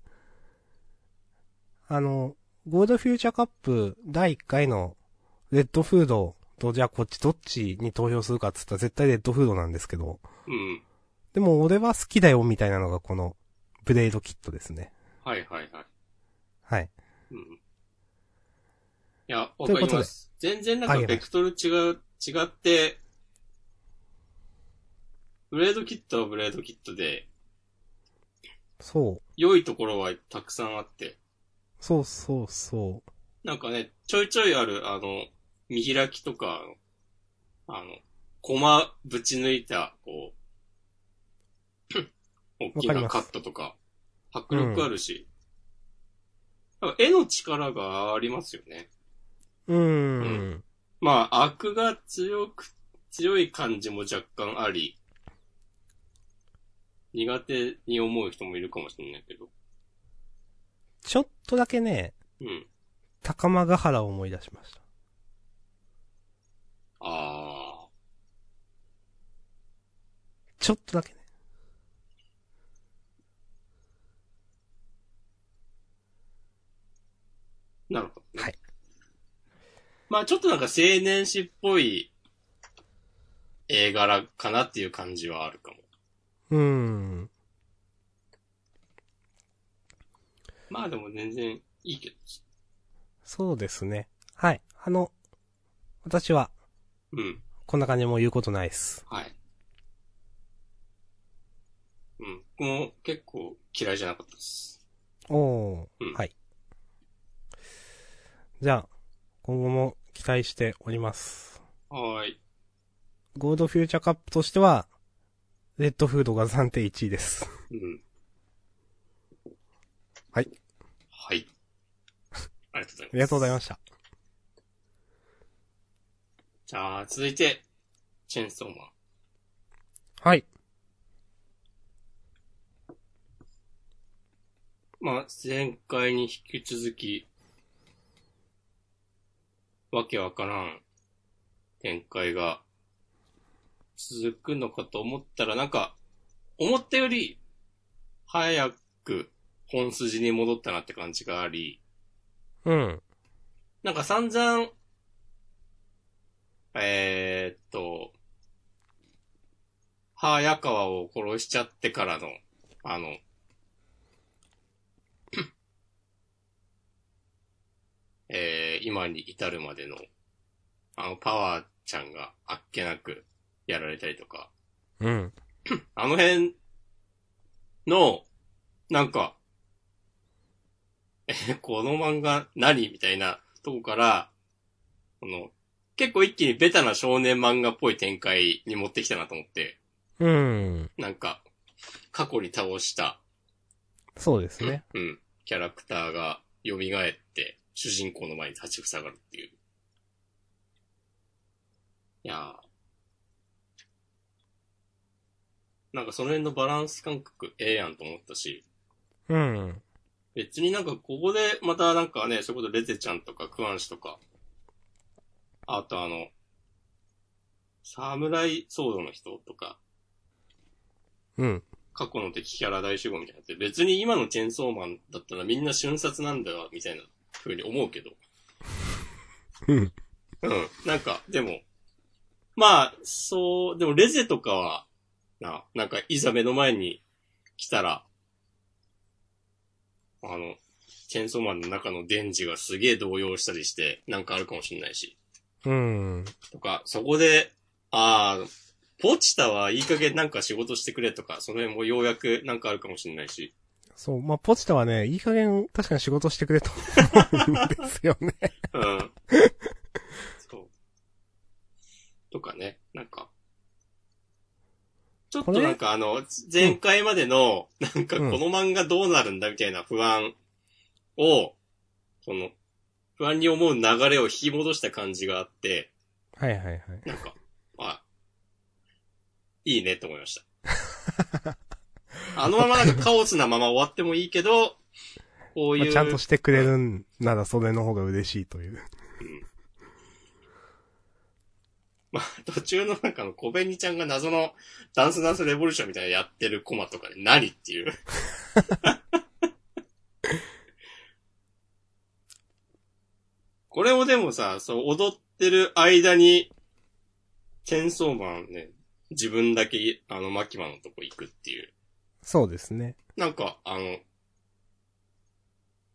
B: あの、ゴールドフューチャーカップ第1回のレッドフードとじゃあこっちどっちに投票するかっつったら絶対レッドフードなんですけど、
A: うん。
B: でも俺は好きだよみたいなのがこのブレードキットですね。
A: はいはいはい。
B: はい。
A: うん。いや、わ
B: という
A: か
B: ことで
A: ります。全然なん
B: あ
A: か
B: いや
A: ベクトル違う、違って、ブレードキットはブレードキットで、
B: そう。
A: 良いところはたくさんあって、
B: そうそうそう。
A: なんかね、ちょいちょいある、あの、見開きとか、あの、コマぶち抜いた、こう、
B: *coughs*
A: 大き
B: わかり
A: な
B: ます
A: カットとか、迫力あるし、なんか絵の力がありますよね。
B: うーん。
A: まあ、悪が強く、強い感じも若干あり、苦手に思う人もいるかもしれないけど。
B: ちょっとだけね、
A: うん。
B: 高間ヶ原を思い出しました。
A: あ
B: ちょっとだけね。
A: ー、なるほど、ね。
B: はい。
A: まあちょっとなんか青年誌っぽい絵柄かなっていう感じはあるかも。
B: うーん。
A: まあでも全然いいけど。
B: そうですね。はい。あの、私は、
A: うん。
B: こんな感じでもう言うことないです。
A: はい。うん。僕も結構嫌いじゃなかったです。
B: おー、
A: うん
B: はい。じゃあ、今後も期待しております。
A: はーい。
B: ゴールドフューチャーカップとしては、レッドフードが3.1位です。
A: うん。
B: はい。
A: はい。ありがとうございます。
B: ありがとうございました。
A: じゃあ、続いて、チェーンソーマン。
B: はい。
A: まあ、前回に引き続き、わけわからん展開が続くのかと思ったら、なんか、思ったより早く本筋に戻ったなって感じがあり、
B: うん。
A: なんか散々、えー、っと、早川を殺しちゃってからの、あの、 *coughs* えー、今に至るまでの、あの、パワーちゃんがあっけなくやられたりとか、
B: うん。
A: あの辺の、なんか、え、この漫画何みたいなとこから、この、結構一気にベタな少年漫画っぽい展開に持ってきたなと思って、
B: うん。
A: なんか、過去に倒した、
B: そうですね。
A: うん、キャラクターが蘇って、主人公の前に立ちふさがるっていう。いやーなんかその辺のバランス感覚ええやんと思ったし、
B: うん。
A: 別になんかここでまたなんかね、そういうことレゼちゃんとかクワンシとか、あとあの、侍ソードの人とか、
B: うん。
A: 過去の敵キャラ大集合みたいなのって、別に今のチェンソーマンだったらみんな瞬殺なんだよ、みたいな風に思うけど。
B: うん。
A: うん。なんか、でも、まあ、そう、でもレゼとかは、な、なんか、いざ目の前に来たら、あの、チェンソーマンの中のデンジがすげえ動揺したりして、なんかあるかもしれないし。
B: うん。
A: とか、そこで、ああ、ポチタはいい加減なんか仕事してくれとか、その辺もようやくなんかあるかもしれないし。
B: そう。まあ、ポチタはね、いい加減、確かに仕事してくれと思うんですよね。
A: うん。そう。とかね、なんか。ちょっとなんかあの、前回までの、なんかこ
B: うん
A: の漫画どうなるんだみたいな不安を、その、不安に思う流れを引き戻した感じがあって、
B: *laughs* はいはいはい。
A: なんか、あ、いいねと思いま
B: *laughs*
A: した。あのままなんかカオスなまま終わってもいいけど、こう
B: まあ、
A: いう、
B: ちゃんとしてくれるんならそれの方が嬉しいという。
A: まあ、途中のなんかの小紅ちゃんが謎のダンスダンスレボリューションみたいなのやってるコマとかで何って
B: *laughs*
A: いう。これをでもさ、そう踊ってる間に、チェンソーマンね、自分だけ、あの、マキマのとこ行くっていう。
B: そうですね。
A: なんか、あの、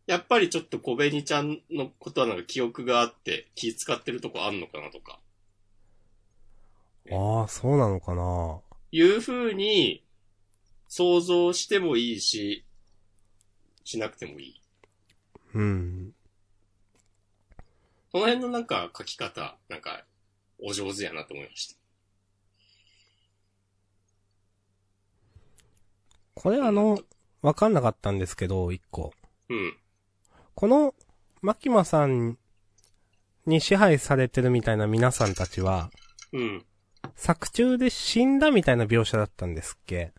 A: やっぱりちょっと小紅ちゃんのことはなんか記憶があって気使ってるとこあんのかなとか。
B: ああ、そうなのかな
A: いう風に想像してもいいし、しなくてもいい。
B: うん。
A: その辺のなんか書き方、なんか、お上手やなと思いました。
B: これあの、わかんなかったんですけど、一個。
A: うん。
B: この、マキマさんに支配されてるみたいな皆さんたちは、
A: うん。
B: 作中で死んだみたいな描写だったんですっけ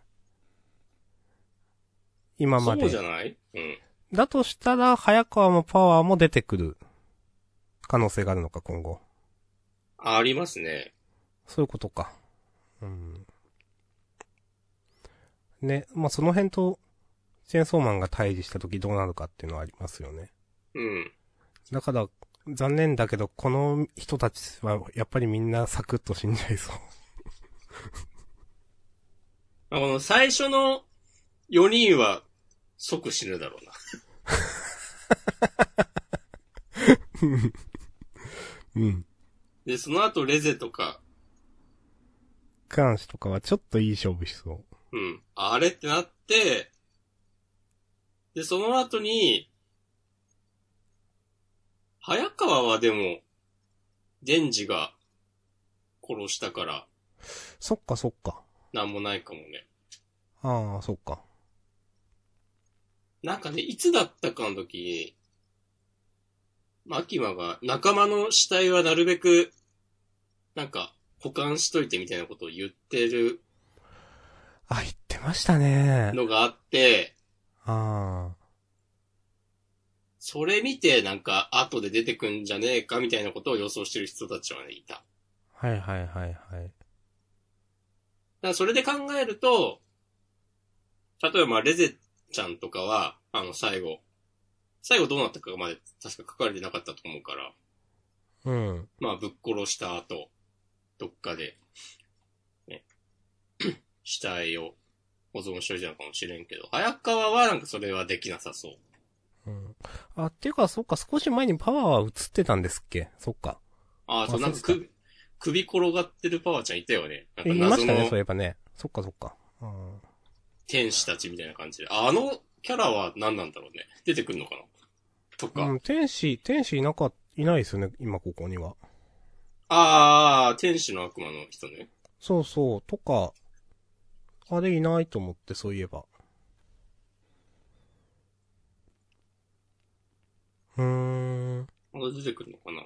B: 今
A: そ
B: ま
A: う
B: で
A: じゃ。ないうん。
B: だとしたら、早川もパワーも出てくる可能性があるのか、今後。
A: ありますね。
B: そういうことか。うん。ね、まあ、その辺と、チェーンソーマンが対峙した時どうなるかっていうのはありますよね。
A: うん。
B: だから、残念だけど、この人たちは、やっぱりみんなサクッと死んじゃいそう。
A: まあ、この最初の4人は即死ぬだろうな。
B: うん。
A: で、その後レゼとか、
B: 監視とかはちょっといい勝負しそ
A: うん。あれってなって、で、その後に、早川はでも、デンジが殺したから、
B: う。そっかそっか。
A: なんもないかもね。
B: ああ、そっか。
A: なんかね、いつだったかの時に、マキマが仲間の死体はなるべく、なんか、保管しといてみたいなことを言ってる
B: あ、言ってましたね。
A: のがあって、
B: ああ。
A: それ見てなんか後で出てくんじゃねえかみたいなことを予想してる人たちはね、いた。だか
B: はいはいはいはい。
A: らそれで考えると、例えばまあレゼちゃんとかは、あの最後、最後どうなったかまで確か書かれてなかったと思うから、
B: うん。
A: まあ、ぶっ殺した後、どっかで、ね、 *clears throat* 死体を保存しといたのかもしれんけど、早川はなんかそれはできなさそう。
B: うん。あ、っていうか、そっか、少し前にパワーは映ってたんですっけそっか。
A: ああ、そう、
B: あ
A: なんか
B: そう
A: 首、首転がってるパワーちゃんいたよね。なん
B: え
A: か
B: いま
A: 謎
B: したね、
A: の
B: そういえばね。そっかそっか。うん。
A: 天使たちみたいな感じで。あのキャラは何なんだろうね。出てくんのかなとか。
B: うん、天使、天使いなか、いないですよね、今ここには。
A: ああ、天使の悪魔の人ね。
B: そうそう、とか、あれいないと思って、そういえば。うーん。
A: まだ出てくるのかな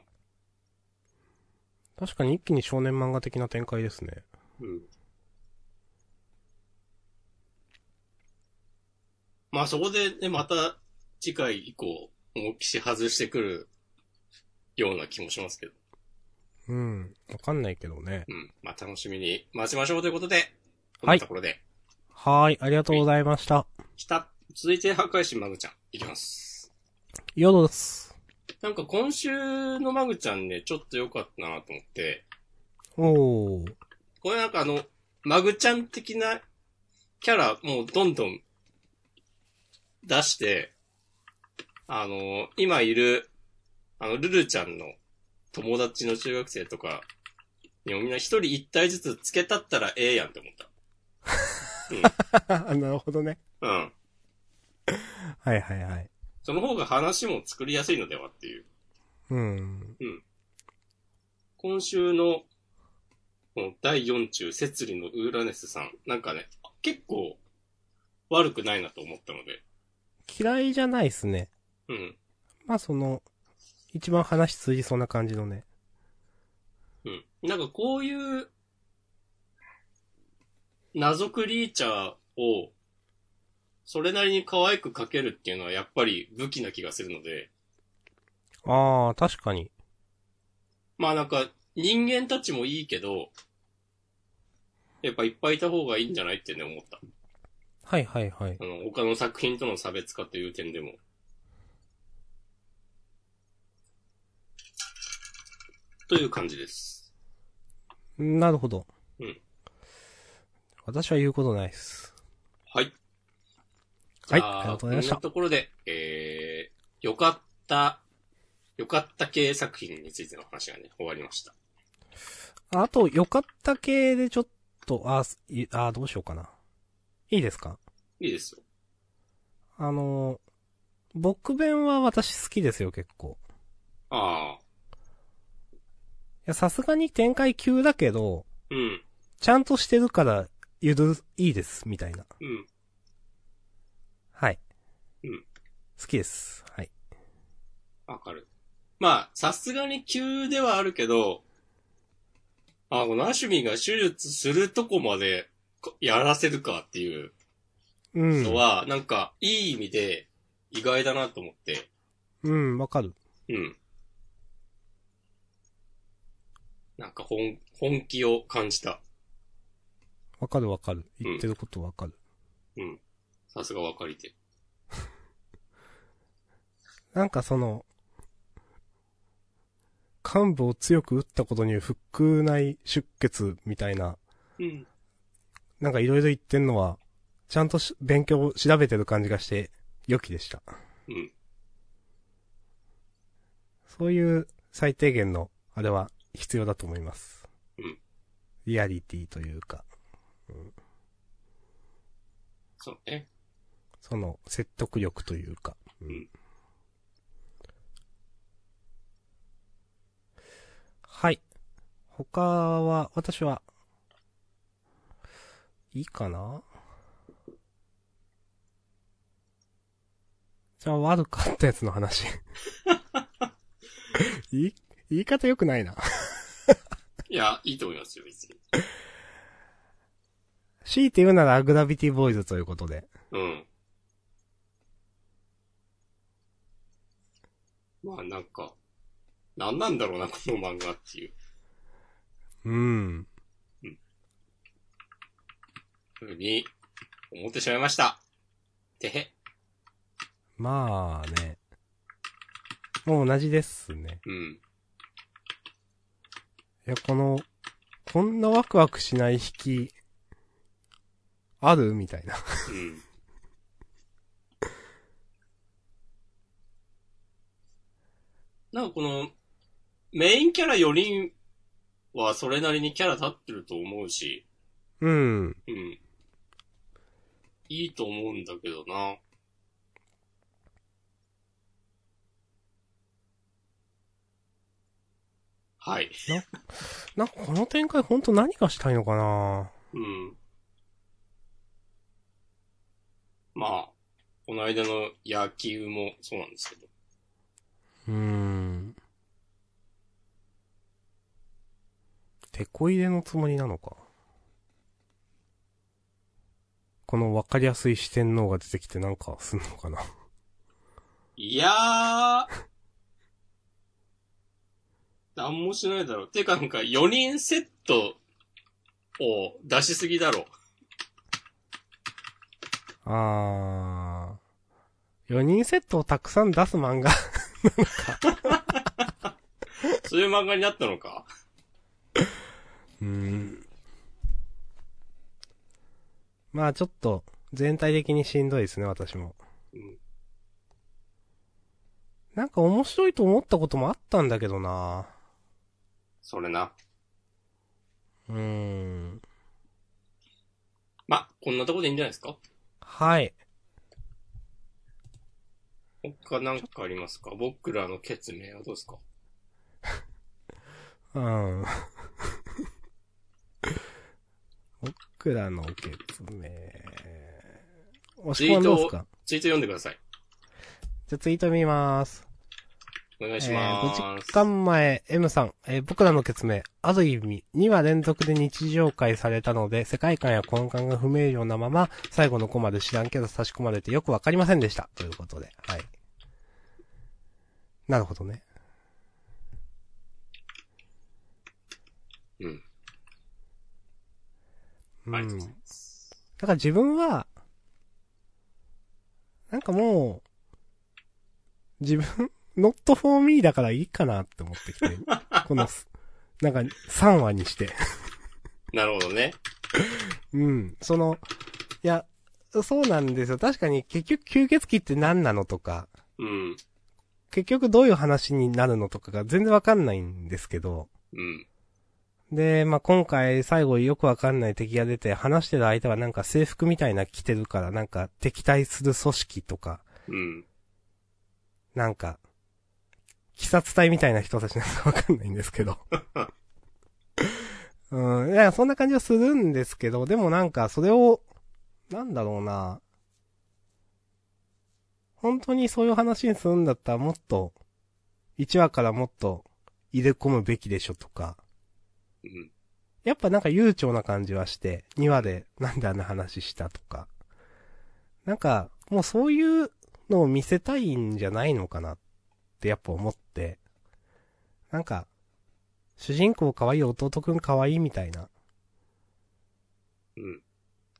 B: 確かに一気に少年漫画的な展開ですね。
A: うん。まあそこでね、また次回以降、思いっきし外してくるような気もしますけど。
B: うん。わかんないけどね。
A: うん。まあ楽しみに待ちましょうということで、
B: はい
A: こんなところで、
B: はーい、ありがとうございました。
A: した。続いて、破壊神マグちゃん、いきます。
B: ヨドです。
A: なんか今週のマグちゃんね、ちょっと良かったなと思って、
B: おー。
A: これなんかあの、マグちゃん的なキャラ、もうどんどん出して、あの、今いる、あの、ルルちゃんの友達の中学生とか、にもみんな一人一体ずつ付けたったらええやんって思っ
B: *laughs* なるほどね。
A: た。うん。
B: はいはいはい。
A: その方が話も作りやすいのではっていう。
B: うん。
A: 今週の、この第4中、摂理のウーラネスさん。なんかね、結構悪くないなと思ったので。
B: 嫌いじゃないっすね。
A: うん。
B: まあその、一番話通じそうな感じのね。
A: うん。なんかこういう、謎クリーチャーを、それなりに可愛く描けるっていうのはやっぱり武器な気がするので、
B: あー、確かに。
A: まあなんか人間たちもいいけど、やっぱいっぱいいた方がいいんじゃないってね思った。
B: はいはいはい。
A: あの、他の作品との差別化という点でも。という感じです。
B: なるほど。
A: うん。
B: 私は言うことないっす。
A: はい。
B: はい、
A: じゃ
B: ありがとうございまし
A: こんな
B: た。
A: ところで、えー、よかった、よかった系作品についての話がね、終わりました。
B: あと、良かった系でちょっと、あーすいあー、どうしようかな。いいですか
A: いいですよ。
B: あのー、僕弁は私好きですよ、結構。
A: ああ、
B: いや、さすがに展開急だけど、
A: うん、
B: ちゃんとしてるから、ゆる、いいです、みたいな。
A: うん。
B: はい。
A: うん。
B: 好きです。はい。
A: わかる。まあ、さすがに急ではあるけど、あ、このアシュミが手術するとこまでこやらせるかっていう
B: うん
A: の。は、なんか、いい意味で意外だなと思って。
B: うん、わかる。
A: うん。なんか本、本気を感じた。
B: わかるわかる。言ってることわかる。
A: うん。さすが分かりて。
B: なんかその、幹部を強く打ったことによる腹腔内出血みたいな、
A: うん。
B: なんかいろいろ言ってんのは、ちゃんとし勉強を調べてる感じがして、良きでした。
A: うん。
B: そういう最低限の、あれは必要だと思います。
A: うん
B: リアリティというか、
A: そうね。
B: その説得力というか。うんはい。他は、私は、いいかなじゃあ悪かったやつの話。 *laughs* 言い、言い方良くないな。
A: いや、いいと思いますよ、別に。
B: 強いて言うならグラビティボーイズということで。
A: うん。まあなんか、なんなんだろうな、この漫画っていう。
B: うん。
A: ふうに、思ってしまいました。てへ。
B: まあね。もう同じですね。
A: うん。
B: いや、この、こんなワクワクしない引き、あるみたいな。
A: うん。なんかこの、メインキャラ4人はそれなりにキャラ立ってると思うし、
B: うん。
A: うん。いいと思うんだけどな。はい。
B: なんかこの展開ほんと何がしたいのかな
A: うん。まあ、この間の野球もそうなんですけど。
B: うん。てこ入れのつもりなのか。このわかりやすい四天王が出てきてなんかすんのかな。
A: いやー。なんもしないだろう。てかなんか4人セットを出しすぎだろ。
B: あー。4人セットをたくさん出す漫画。
A: そういう漫画になったのか。
B: うん。まあちょっと、全体的にしんどいですね、私も。
A: うん
B: なんか面白いと思ったこともあったんだけどな
A: それな。
B: うーん。
A: まあ、こんなとこでいいんじゃないですか
B: はい。
A: 他なんかありますか僕らの決明はどうですか
B: うん。 *laughs* 僕らの決明。押し込まんどうすか
A: ツイート読んでください。
B: じゃあツイート見ます。
A: お願いします。
B: えー5時間前、M さん、えー僕らの決明、ある意味、2話連続で日常会されたので、世界観や根幹が不明瞭なまま、最後のコマで知らんけど差し込まれてよくわかりませんでした。ということで、はい。なるほどね。
A: うん。
B: う
A: ありがとうご
B: ん。
A: ざい
B: だ
A: ます。
B: から自分は、なんかもう、自分、not *laughs* for me だからいいかなって思ってきて、この、なんか3話にして。
A: なるほどね。
B: うん。その、いや、そうなんですよ。確かに結局吸血鬼って何なのとか、
A: うん。
B: 結局どういう話になるのとかが全然わかんないんですけど。
A: うん。
B: で、まあ、今回最後よくわかんない敵が出て、話してる相手はなんか制服みたいな着てるから、なんか敵対する組織とか、
A: うん。
B: なんか、鬼殺隊みたいな人たちなんかわかんないんですけど。うん、いや、そんな感じはするんですけど、でもなんか、それを、なんだろうな。本当にそういう話にするんだったらもっと、1話からもっと入れ込むべきでしょとか、
A: うん。
B: やっぱなんか悠長な感じはして、2話でなんであんな話したとか。なんか、もうそういうのを見せたいんじゃないのかなってやっぱ思って。なんか、主人公可愛い弟くん可愛いみたいな
A: うん。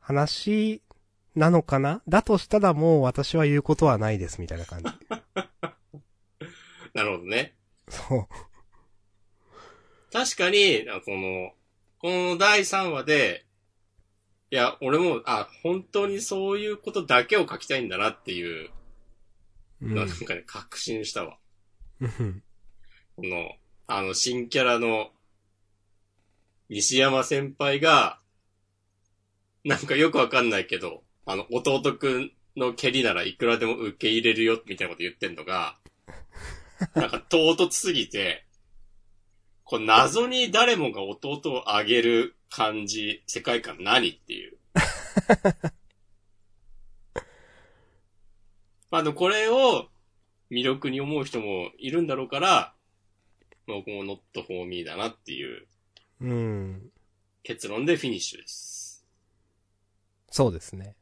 B: 話なのかなだとしたらもう私は言うことはないですみたいな感じ。
A: なるほどね。
B: そう。
A: 確かに、あこの、この第3話で、いや、俺も、あ、本当にそういうことだけを書きたいんだなっていう、
B: う
A: なん
B: ん。
A: かね、確信したわ。
B: うん。
A: この、あの、新キャラの、西山先輩が、なんかよくわかんないけど、あの、弟くんの蹴りならいくらでも受け入れるよ、みたいなこと言ってんのが、なんか唐突すぎて、こう謎に誰もが弟をあげる感じ、世界観何っていう。まあでもこれを魅力に思う人もいるんだろうから、僕も not for me だなっていう
B: うん。
A: 結論でフィニッシュです。
B: そうですね。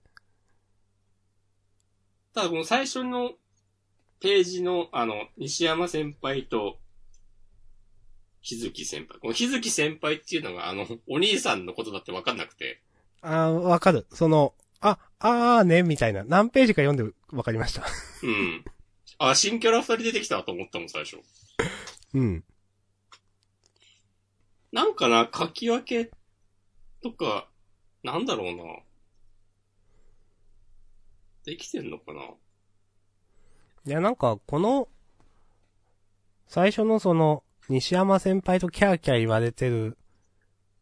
A: ただこの最初のページのあの、西山先輩と、日月先輩。この日月先輩っていうのがあの、 *laughs* お兄さんのことだってわかんなくて。
B: あーわかる。その、あ、あーね、みたいな。何ページか読んでわかりました。
A: うん。あ、新キャラ二人出てきたと思ったもん最初。
B: うん。
A: なんかな、書き分けとか、なんだろうな。できてんのかない
B: や、なんか、この、最初のその、西山先輩とキャーキャー言われてる、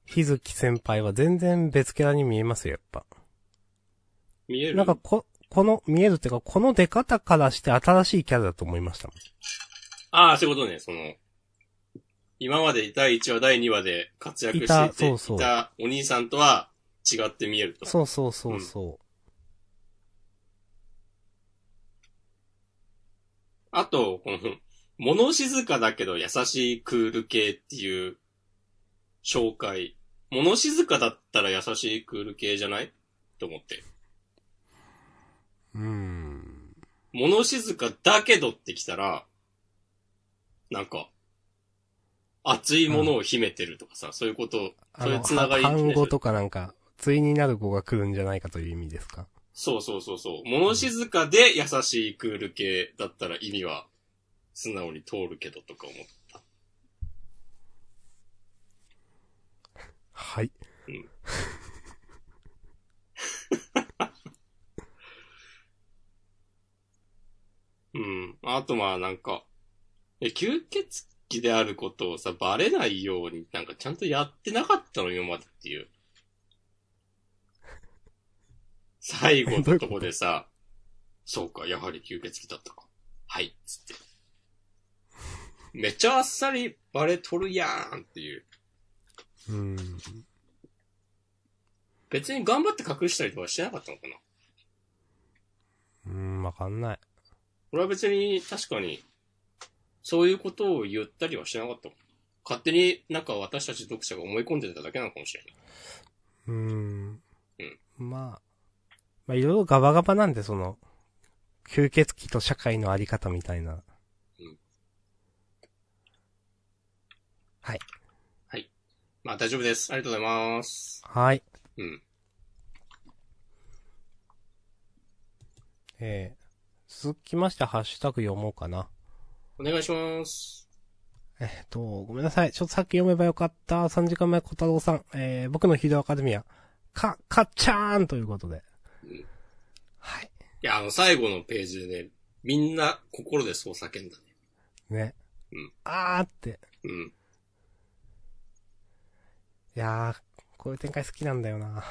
B: 日月先輩は全然別キャラに見えますよ、やっぱ。
A: 見える
B: なんか、こ、この、見えるっていうか、この出方からして新しいキャラだと思いましたもん。
A: ああ、そういうことね、その、今まで第1話、第2話で活躍してい
B: いた
A: てい
B: そうそう
A: たお兄さんとは違って見えると。
B: そうそうそうそう。
A: あと、この、物静かだけど優しいクール系っていう紹介。物静かだったら優しいクール系じゃないと思って。
B: うーん。
A: 物静かだけどってきたら、なんか、熱いものを秘めてるとかさ、そういうこと、
B: あ
A: そういう
B: の、
A: つながり
B: 半語とかなんか、対になる語が来るんじゃないかという意味ですか。
A: そうそうそうそう。物静かで優しいクール系だったら意味は素直に通るけどとか思った。
B: はい。
A: うん。あとまあなんか、え吸血鬼であることをさ、バレないようになんかちゃんとやってなかったの今までっていう。最後のとこでさ、そうか、やはり吸血鬼だったか。はい、つって。めっちゃあっさりバレとるやんっていう。
B: うーん。
A: 別に頑張って隠したりとかしてなかったのかな
B: うーん、わかんない。
A: 俺は別に確かに、そういうことを言ったりはしなかったもん勝手になんか私たち読者が思い込んでただけなのかもしれない。
B: うーん
A: うん。
B: まあ、まあいろいろガバガバなんで、その、吸血鬼と社会のあり方みたいな。
A: うん
B: はい。
A: まあ大丈夫です。ありがとうございます。
B: はい。
A: うん。
B: えー、続きましてハッシュタグ読もうかな。
A: お願いします。
B: えっと、ごめんなさい。ちょっとさっき読めばよかった。3時間前、小太郎さん。えー、僕のヒーローアカデミア。か、かっちゃーんということで
A: うん。
B: はい。
A: いや、あの、最後のページでね、みんな心でそう叫んだね。
B: ね。
A: うん
B: あーって。
A: うん。
B: いやー、こういう展開好きなんだよな。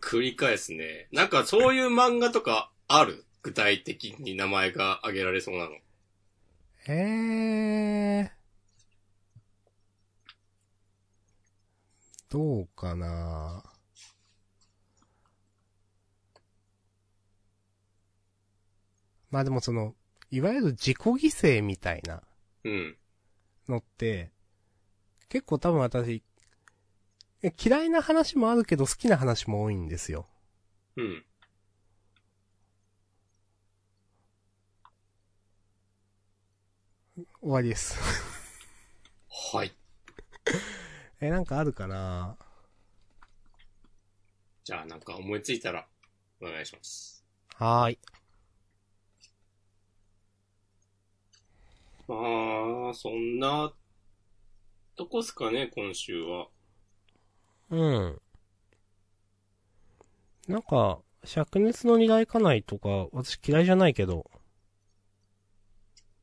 A: 繰り返すね。なんかそういう漫画とかある具体的に名前が挙げられそうなの。
B: えー。どうかなまあでもその、いわゆる自己犠牲みたいな
A: うん。
B: のって、結構多分私、え嫌いな話もあるけど好きな話も多いんですよ。
A: うん。
B: 終わりです。 *laughs*
A: はい。
B: え、なんかあるかな
A: じゃあなんか思いついたら、お願いします。
B: はーい。
A: まあ、そんな、とこっすかね、今週は。
B: うん。なんか、灼熱の二大家内とか、私嫌いじゃないけど、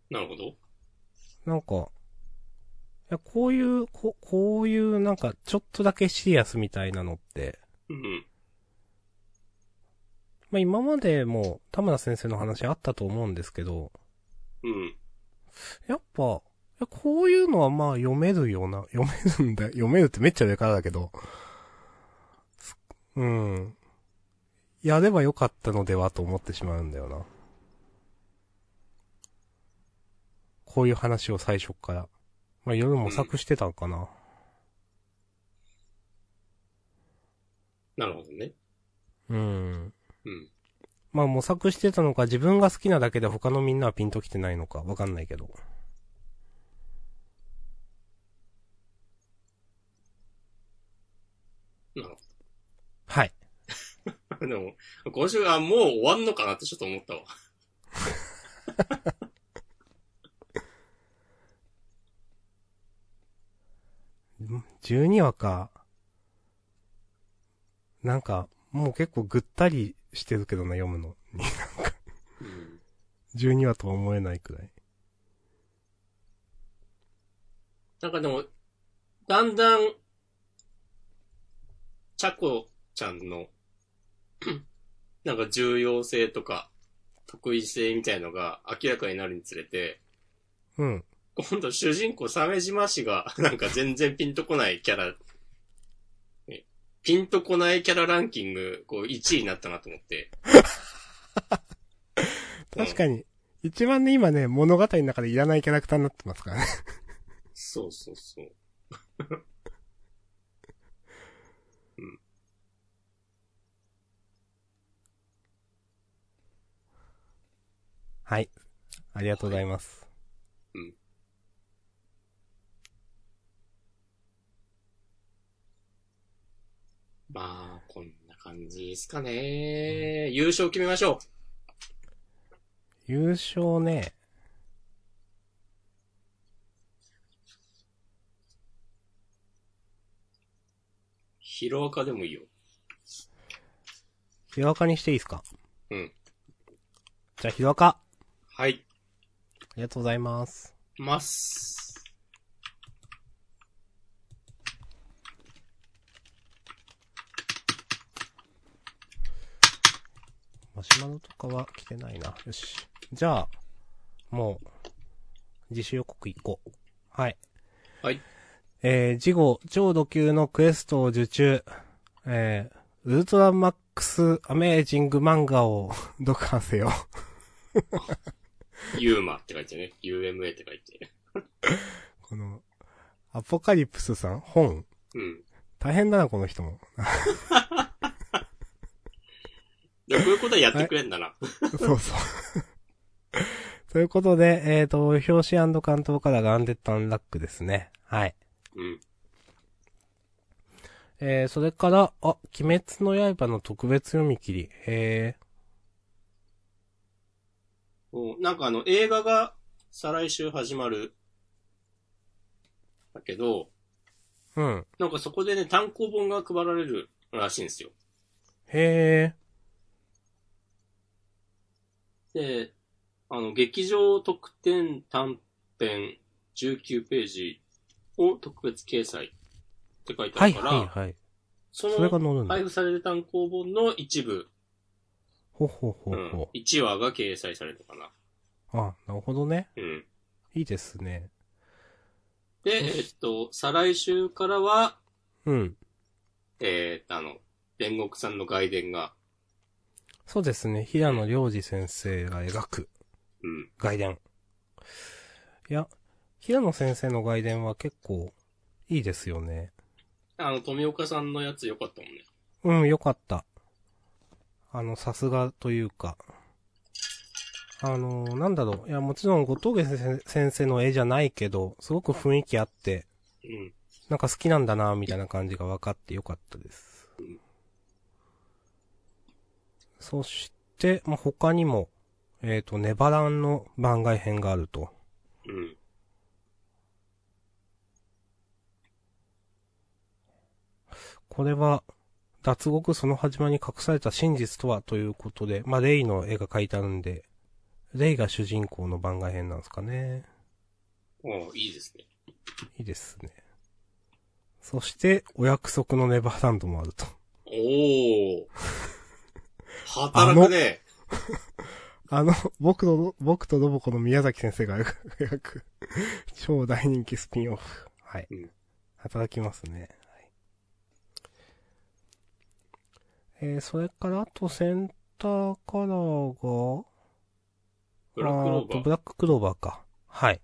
A: なるほど。
B: なんか、いや、こういう、ここういう、なんか、ちょっとだけシリアスみたいなのって、
A: うん。
B: まあ、今までも、田村先生の話あったと思うんですけど、
A: うん。
B: やっぱ、いやこういうのはまあ読めるよな、 *laughs* 読めるんだ、読めるってめっちゃ上からだけど、すうん。やればよかったのではと思ってしまうんだよな。こういう話を最初っから。まあいろいろ模索してたんかな。
A: なるほどね。
B: うん。
A: うん。 *laughs*
B: まあ模索してたのか、自分が好きなだけで他のみんなはピンときてないのか、わかんないけど。
A: なるほ
B: はい。
A: ど。でも、今週はもう終わんのかなってちょっと思ったわ。
B: ん12話か。なんか、もう結構ぐったりしてるけどな、読むのに。
A: うん。
B: 12話とは思えないくらい。
A: なんかでも、だんだん、チャコちゃんの、 *clears throat* なんか重要性とか、得意性みたいのが明らかになるにつれて、
B: うん。
A: 今度主人公鮫島氏が、 *laughs* なんか全然ピンとこないキャラ、ねピンとこないキャラランキング、こう1位になったなと思って。
B: 確かに、一番ね、今ね、物語の中でいらないキャラクターになってますからね。
A: そうそうそう。うん。
B: はい。ありがとうございます。
A: うんまあ、こんな感じですかね。優勝決めましょ
B: 優勝ね。
A: う。ヒロアカでもいいよ。
B: ヒロアカにしていいですか
A: うん。
B: じゃあ、ヒロアカ。
A: はい。
B: ありがとうございます。
A: ます。
B: マシュマロとかは来てないな。よし。じゃあ、もう、自主予告行こう。はい。
A: はい。
B: えー、事後、超度級のクエストを受注。えー、ウルトラマックスアメージング漫画を *laughs* 読破せよ。
A: ユーマって書いてね。UMA って書いて。
B: この、アポカリプスさん本
A: うん。
B: 大変だな、この人も。
A: でこういうことはやってくれんだな。
B: そうそう。ということで、えっ、ー、と、表紙関東からガンデッドアンラックですね。はい。
A: うん。
B: えー、それから、あ、鬼滅の刃の特別読み切り。え
A: もうなんかあの、映画が再来週始まる。だけど、
B: ー、うん。
A: なんかそこでね、単行本が配られるらしいんですよ。
B: へ
A: で、あの、劇場特典短編19ページを特別掲載って書い
B: ー。
A: てあ
B: はい
A: るから、
B: はいはい。
A: そ
B: それが
A: の
B: 載るんだ。
A: 配布される単行本の一部、
B: ほうほうほ
A: う
B: うんほ、
A: 1話が掲載されるのかな。
B: う。あ、なるほどね。
A: うん。
B: いいですね。
A: で、
B: よし
A: えっと、再来週からは、
B: うん。
A: えー、あの、煉獄さんの外伝が、
B: そうですね。平野良二先生が描く
A: うん、
B: 外伝。いや、平野先生の外伝は結構、いいですよね。
A: あの、富岡さんのやつ良かったもんね。
B: うん、よかった。あの、さすがというか。あの、なんだろう。いや、もちろん、後藤家先生先生の絵じゃないけど、すごく雰囲気あって、
A: うん。
B: なんか好きなんだな、みたいな感じが分かってよかったです。そして、まあ、他にも、えっ、と、ネバランの番外編があると。
A: うん。
B: これは、脱獄その始まりに隠された真実とはということで、まあ、レイの絵が描いてあるんで、レイが主人公の番外編なんですかね。
A: おういいですね。
B: いいですね。そして、お約束のネバーランドもあると。 *laughs*
A: おお。働くね。
B: あの、僕と、僕とロボコの宮崎先生が描く、超大人気スピンオフ。はい。
A: うん
B: 働きますね。はい、えー、それから、あとセンターカラーが、
A: ブラックロ
B: あ
A: ー
B: とブ
A: バー。
B: ラッククローバーか。はい。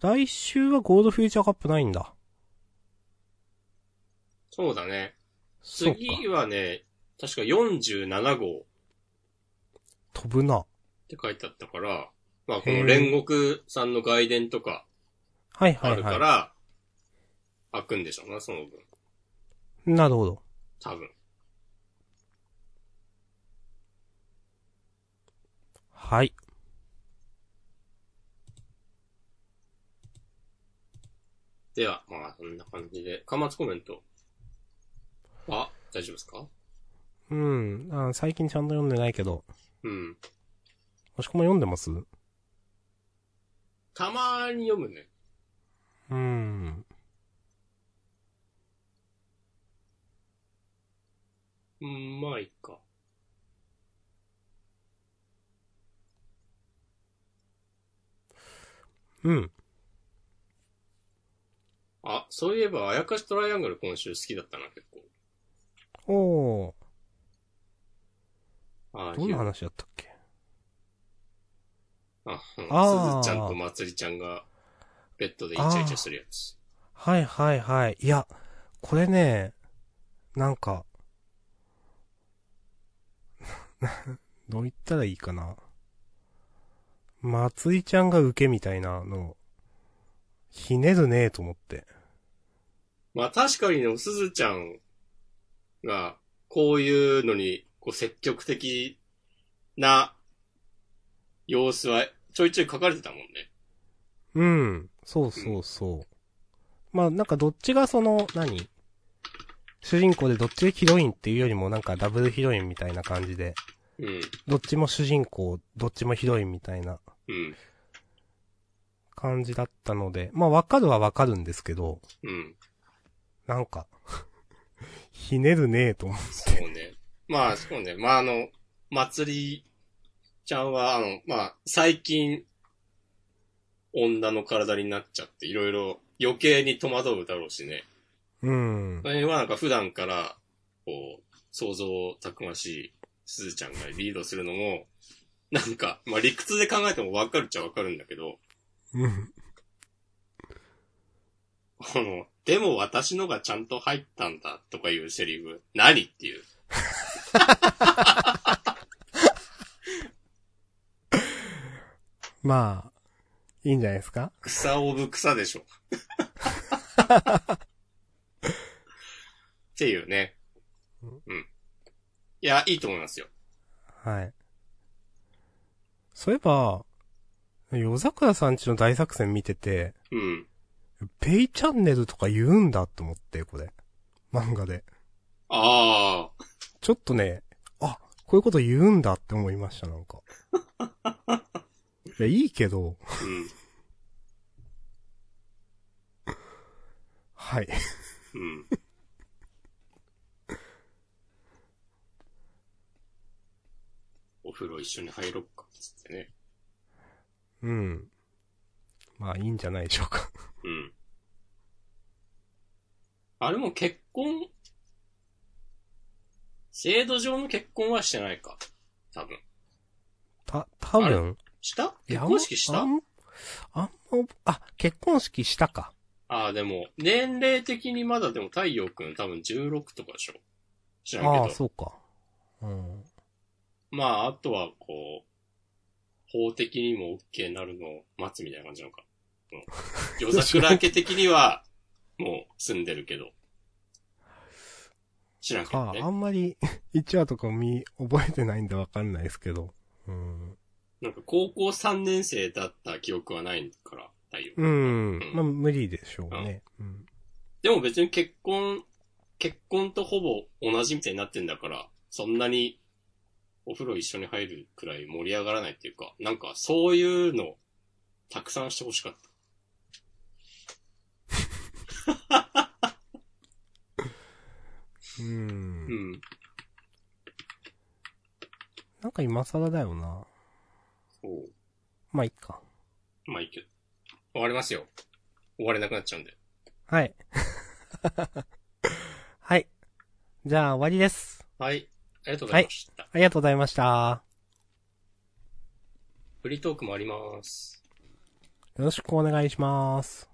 B: 来週はゴールドフューチャーカップないんだ。
A: そうだね。
B: そうか。
A: 次はね、確か47号
B: 飛ぶな。
A: って書いてあったから、まあこの煉獄さんの外伝とか
B: はいは
A: あ
B: い
A: るから、
B: は
A: 開くんでしょうな、その分。
B: い。なるほど。
A: 多分。
B: はい。
A: では、まあそんな感じで、巻末コメント。あ、大丈夫ですか
B: うん。あ最近ちゃんと読んでないけど。
A: うん。
B: もしくも読んでます
A: たまーに読むね。
B: うん。
A: うん、まあいいか。
B: うん。
A: あ、そういえば、あやかしトライアングル今週好きだったな、結構。
B: おー。
A: あー
B: どんな話だったっけ
A: あ、
B: あー
A: うん。すずちゃんとまつりちゃんが、ベッドでイチャイチャするやつ。
B: はいはいはい。いや、これね、なんか、 *laughs* などう言ったらいいかな。松井ちゃんが受けみたいなの、ひねるねえと思って。
A: まあ確かにね、すずちゃんが、こういうのに、こう積極的な様子はちょいちょい書かれてたもんね。
B: うん。そうそうそう。まあなんかどっちがその、何主人公でどっちがヒロインっていうよりもなんかダブルヒロインみたいな感じで、
A: うん。
B: どっちも主人公、どっちもヒロインみたいな
A: うん。
B: 感じだったので、まあわかるはわかるんですけど、
A: うん。
B: なんか、 *laughs* ひねるねえと思う。
A: そうね。まあ、そうね。まあ、あの、まつりちゃんは、あの、まあ、最近、女の体になっちゃって、いろいろ余計に戸惑うだろうしね。
B: うん
A: そ。の辺はなんか普段から、こう、想像たくましいすずちゃんがリードするのも、なんか、まあ理屈で考えてもわかるっちゃわかるんだけど、
B: うん。
A: この、でも私のがちゃんと入ったんだとかいうセリフ、何っていう。
B: まあ、いいんじゃないですか
A: 草をぶ草でしょ。っていうね。うん。いや、いいと思いますよ。
B: はい。そういえば、夜桜さんちの大作戦見てて、
A: うん。
B: ペイチャンネルとか言うんだと思って、これ。漫画で。
A: ああ、
B: ちょっとね、あ、こういうこと言うんだって思いました、なんか。いや、いいけど、はい。
A: うん。うん。お風呂一緒に入ろっか、つってね。
B: うん。まあ、いいんじゃないでしょうか。
A: うん。あれも結婚、制度上の結婚はしてないか。多分。
B: た、多分
A: した
B: い
A: 結
B: や
A: 婚式し
B: あ
A: た
B: んあんま、あ、結婚式したか。
A: ああ、でも、年齢的にまだでも太陽くん多分16とかでしょ知らんけ
B: あ
A: ど。
B: あ、そうか。うん。
A: まあ、あとは、こう、法的にも OK になるのを待つみたいな感じなのか。
B: *laughs*
A: うん。夜桜明け的には、もう住んでるけど。知らんけど
B: か、あ
A: ね。
B: んまり、 *laughs* 一話とか見、覚えてないんでわかんないですけど。うん。
A: なんか高校3年生だった記憶はないから、太陽。
B: うん。まあ、無理でしょうね。うん。
A: でも別に結婚、結婚とほぼ同じみたいになってんだから、そんなにお風呂一緒に入るくらい盛り上がらないっていうか、なんかそういうのたくさんしてほしかった。
B: うん
A: う。ん。
B: なんか今更だよな。
A: そう。
B: まあ、いっか。
A: まあいいけど。終わりますよ。終われなくなっちゃうんで。
B: はい。 *laughs* はい。じゃあ、終わりです。
A: はい。ありがとうございました。
B: ありがとうございました。
A: フリートークもあります。
B: よろしくお願いします。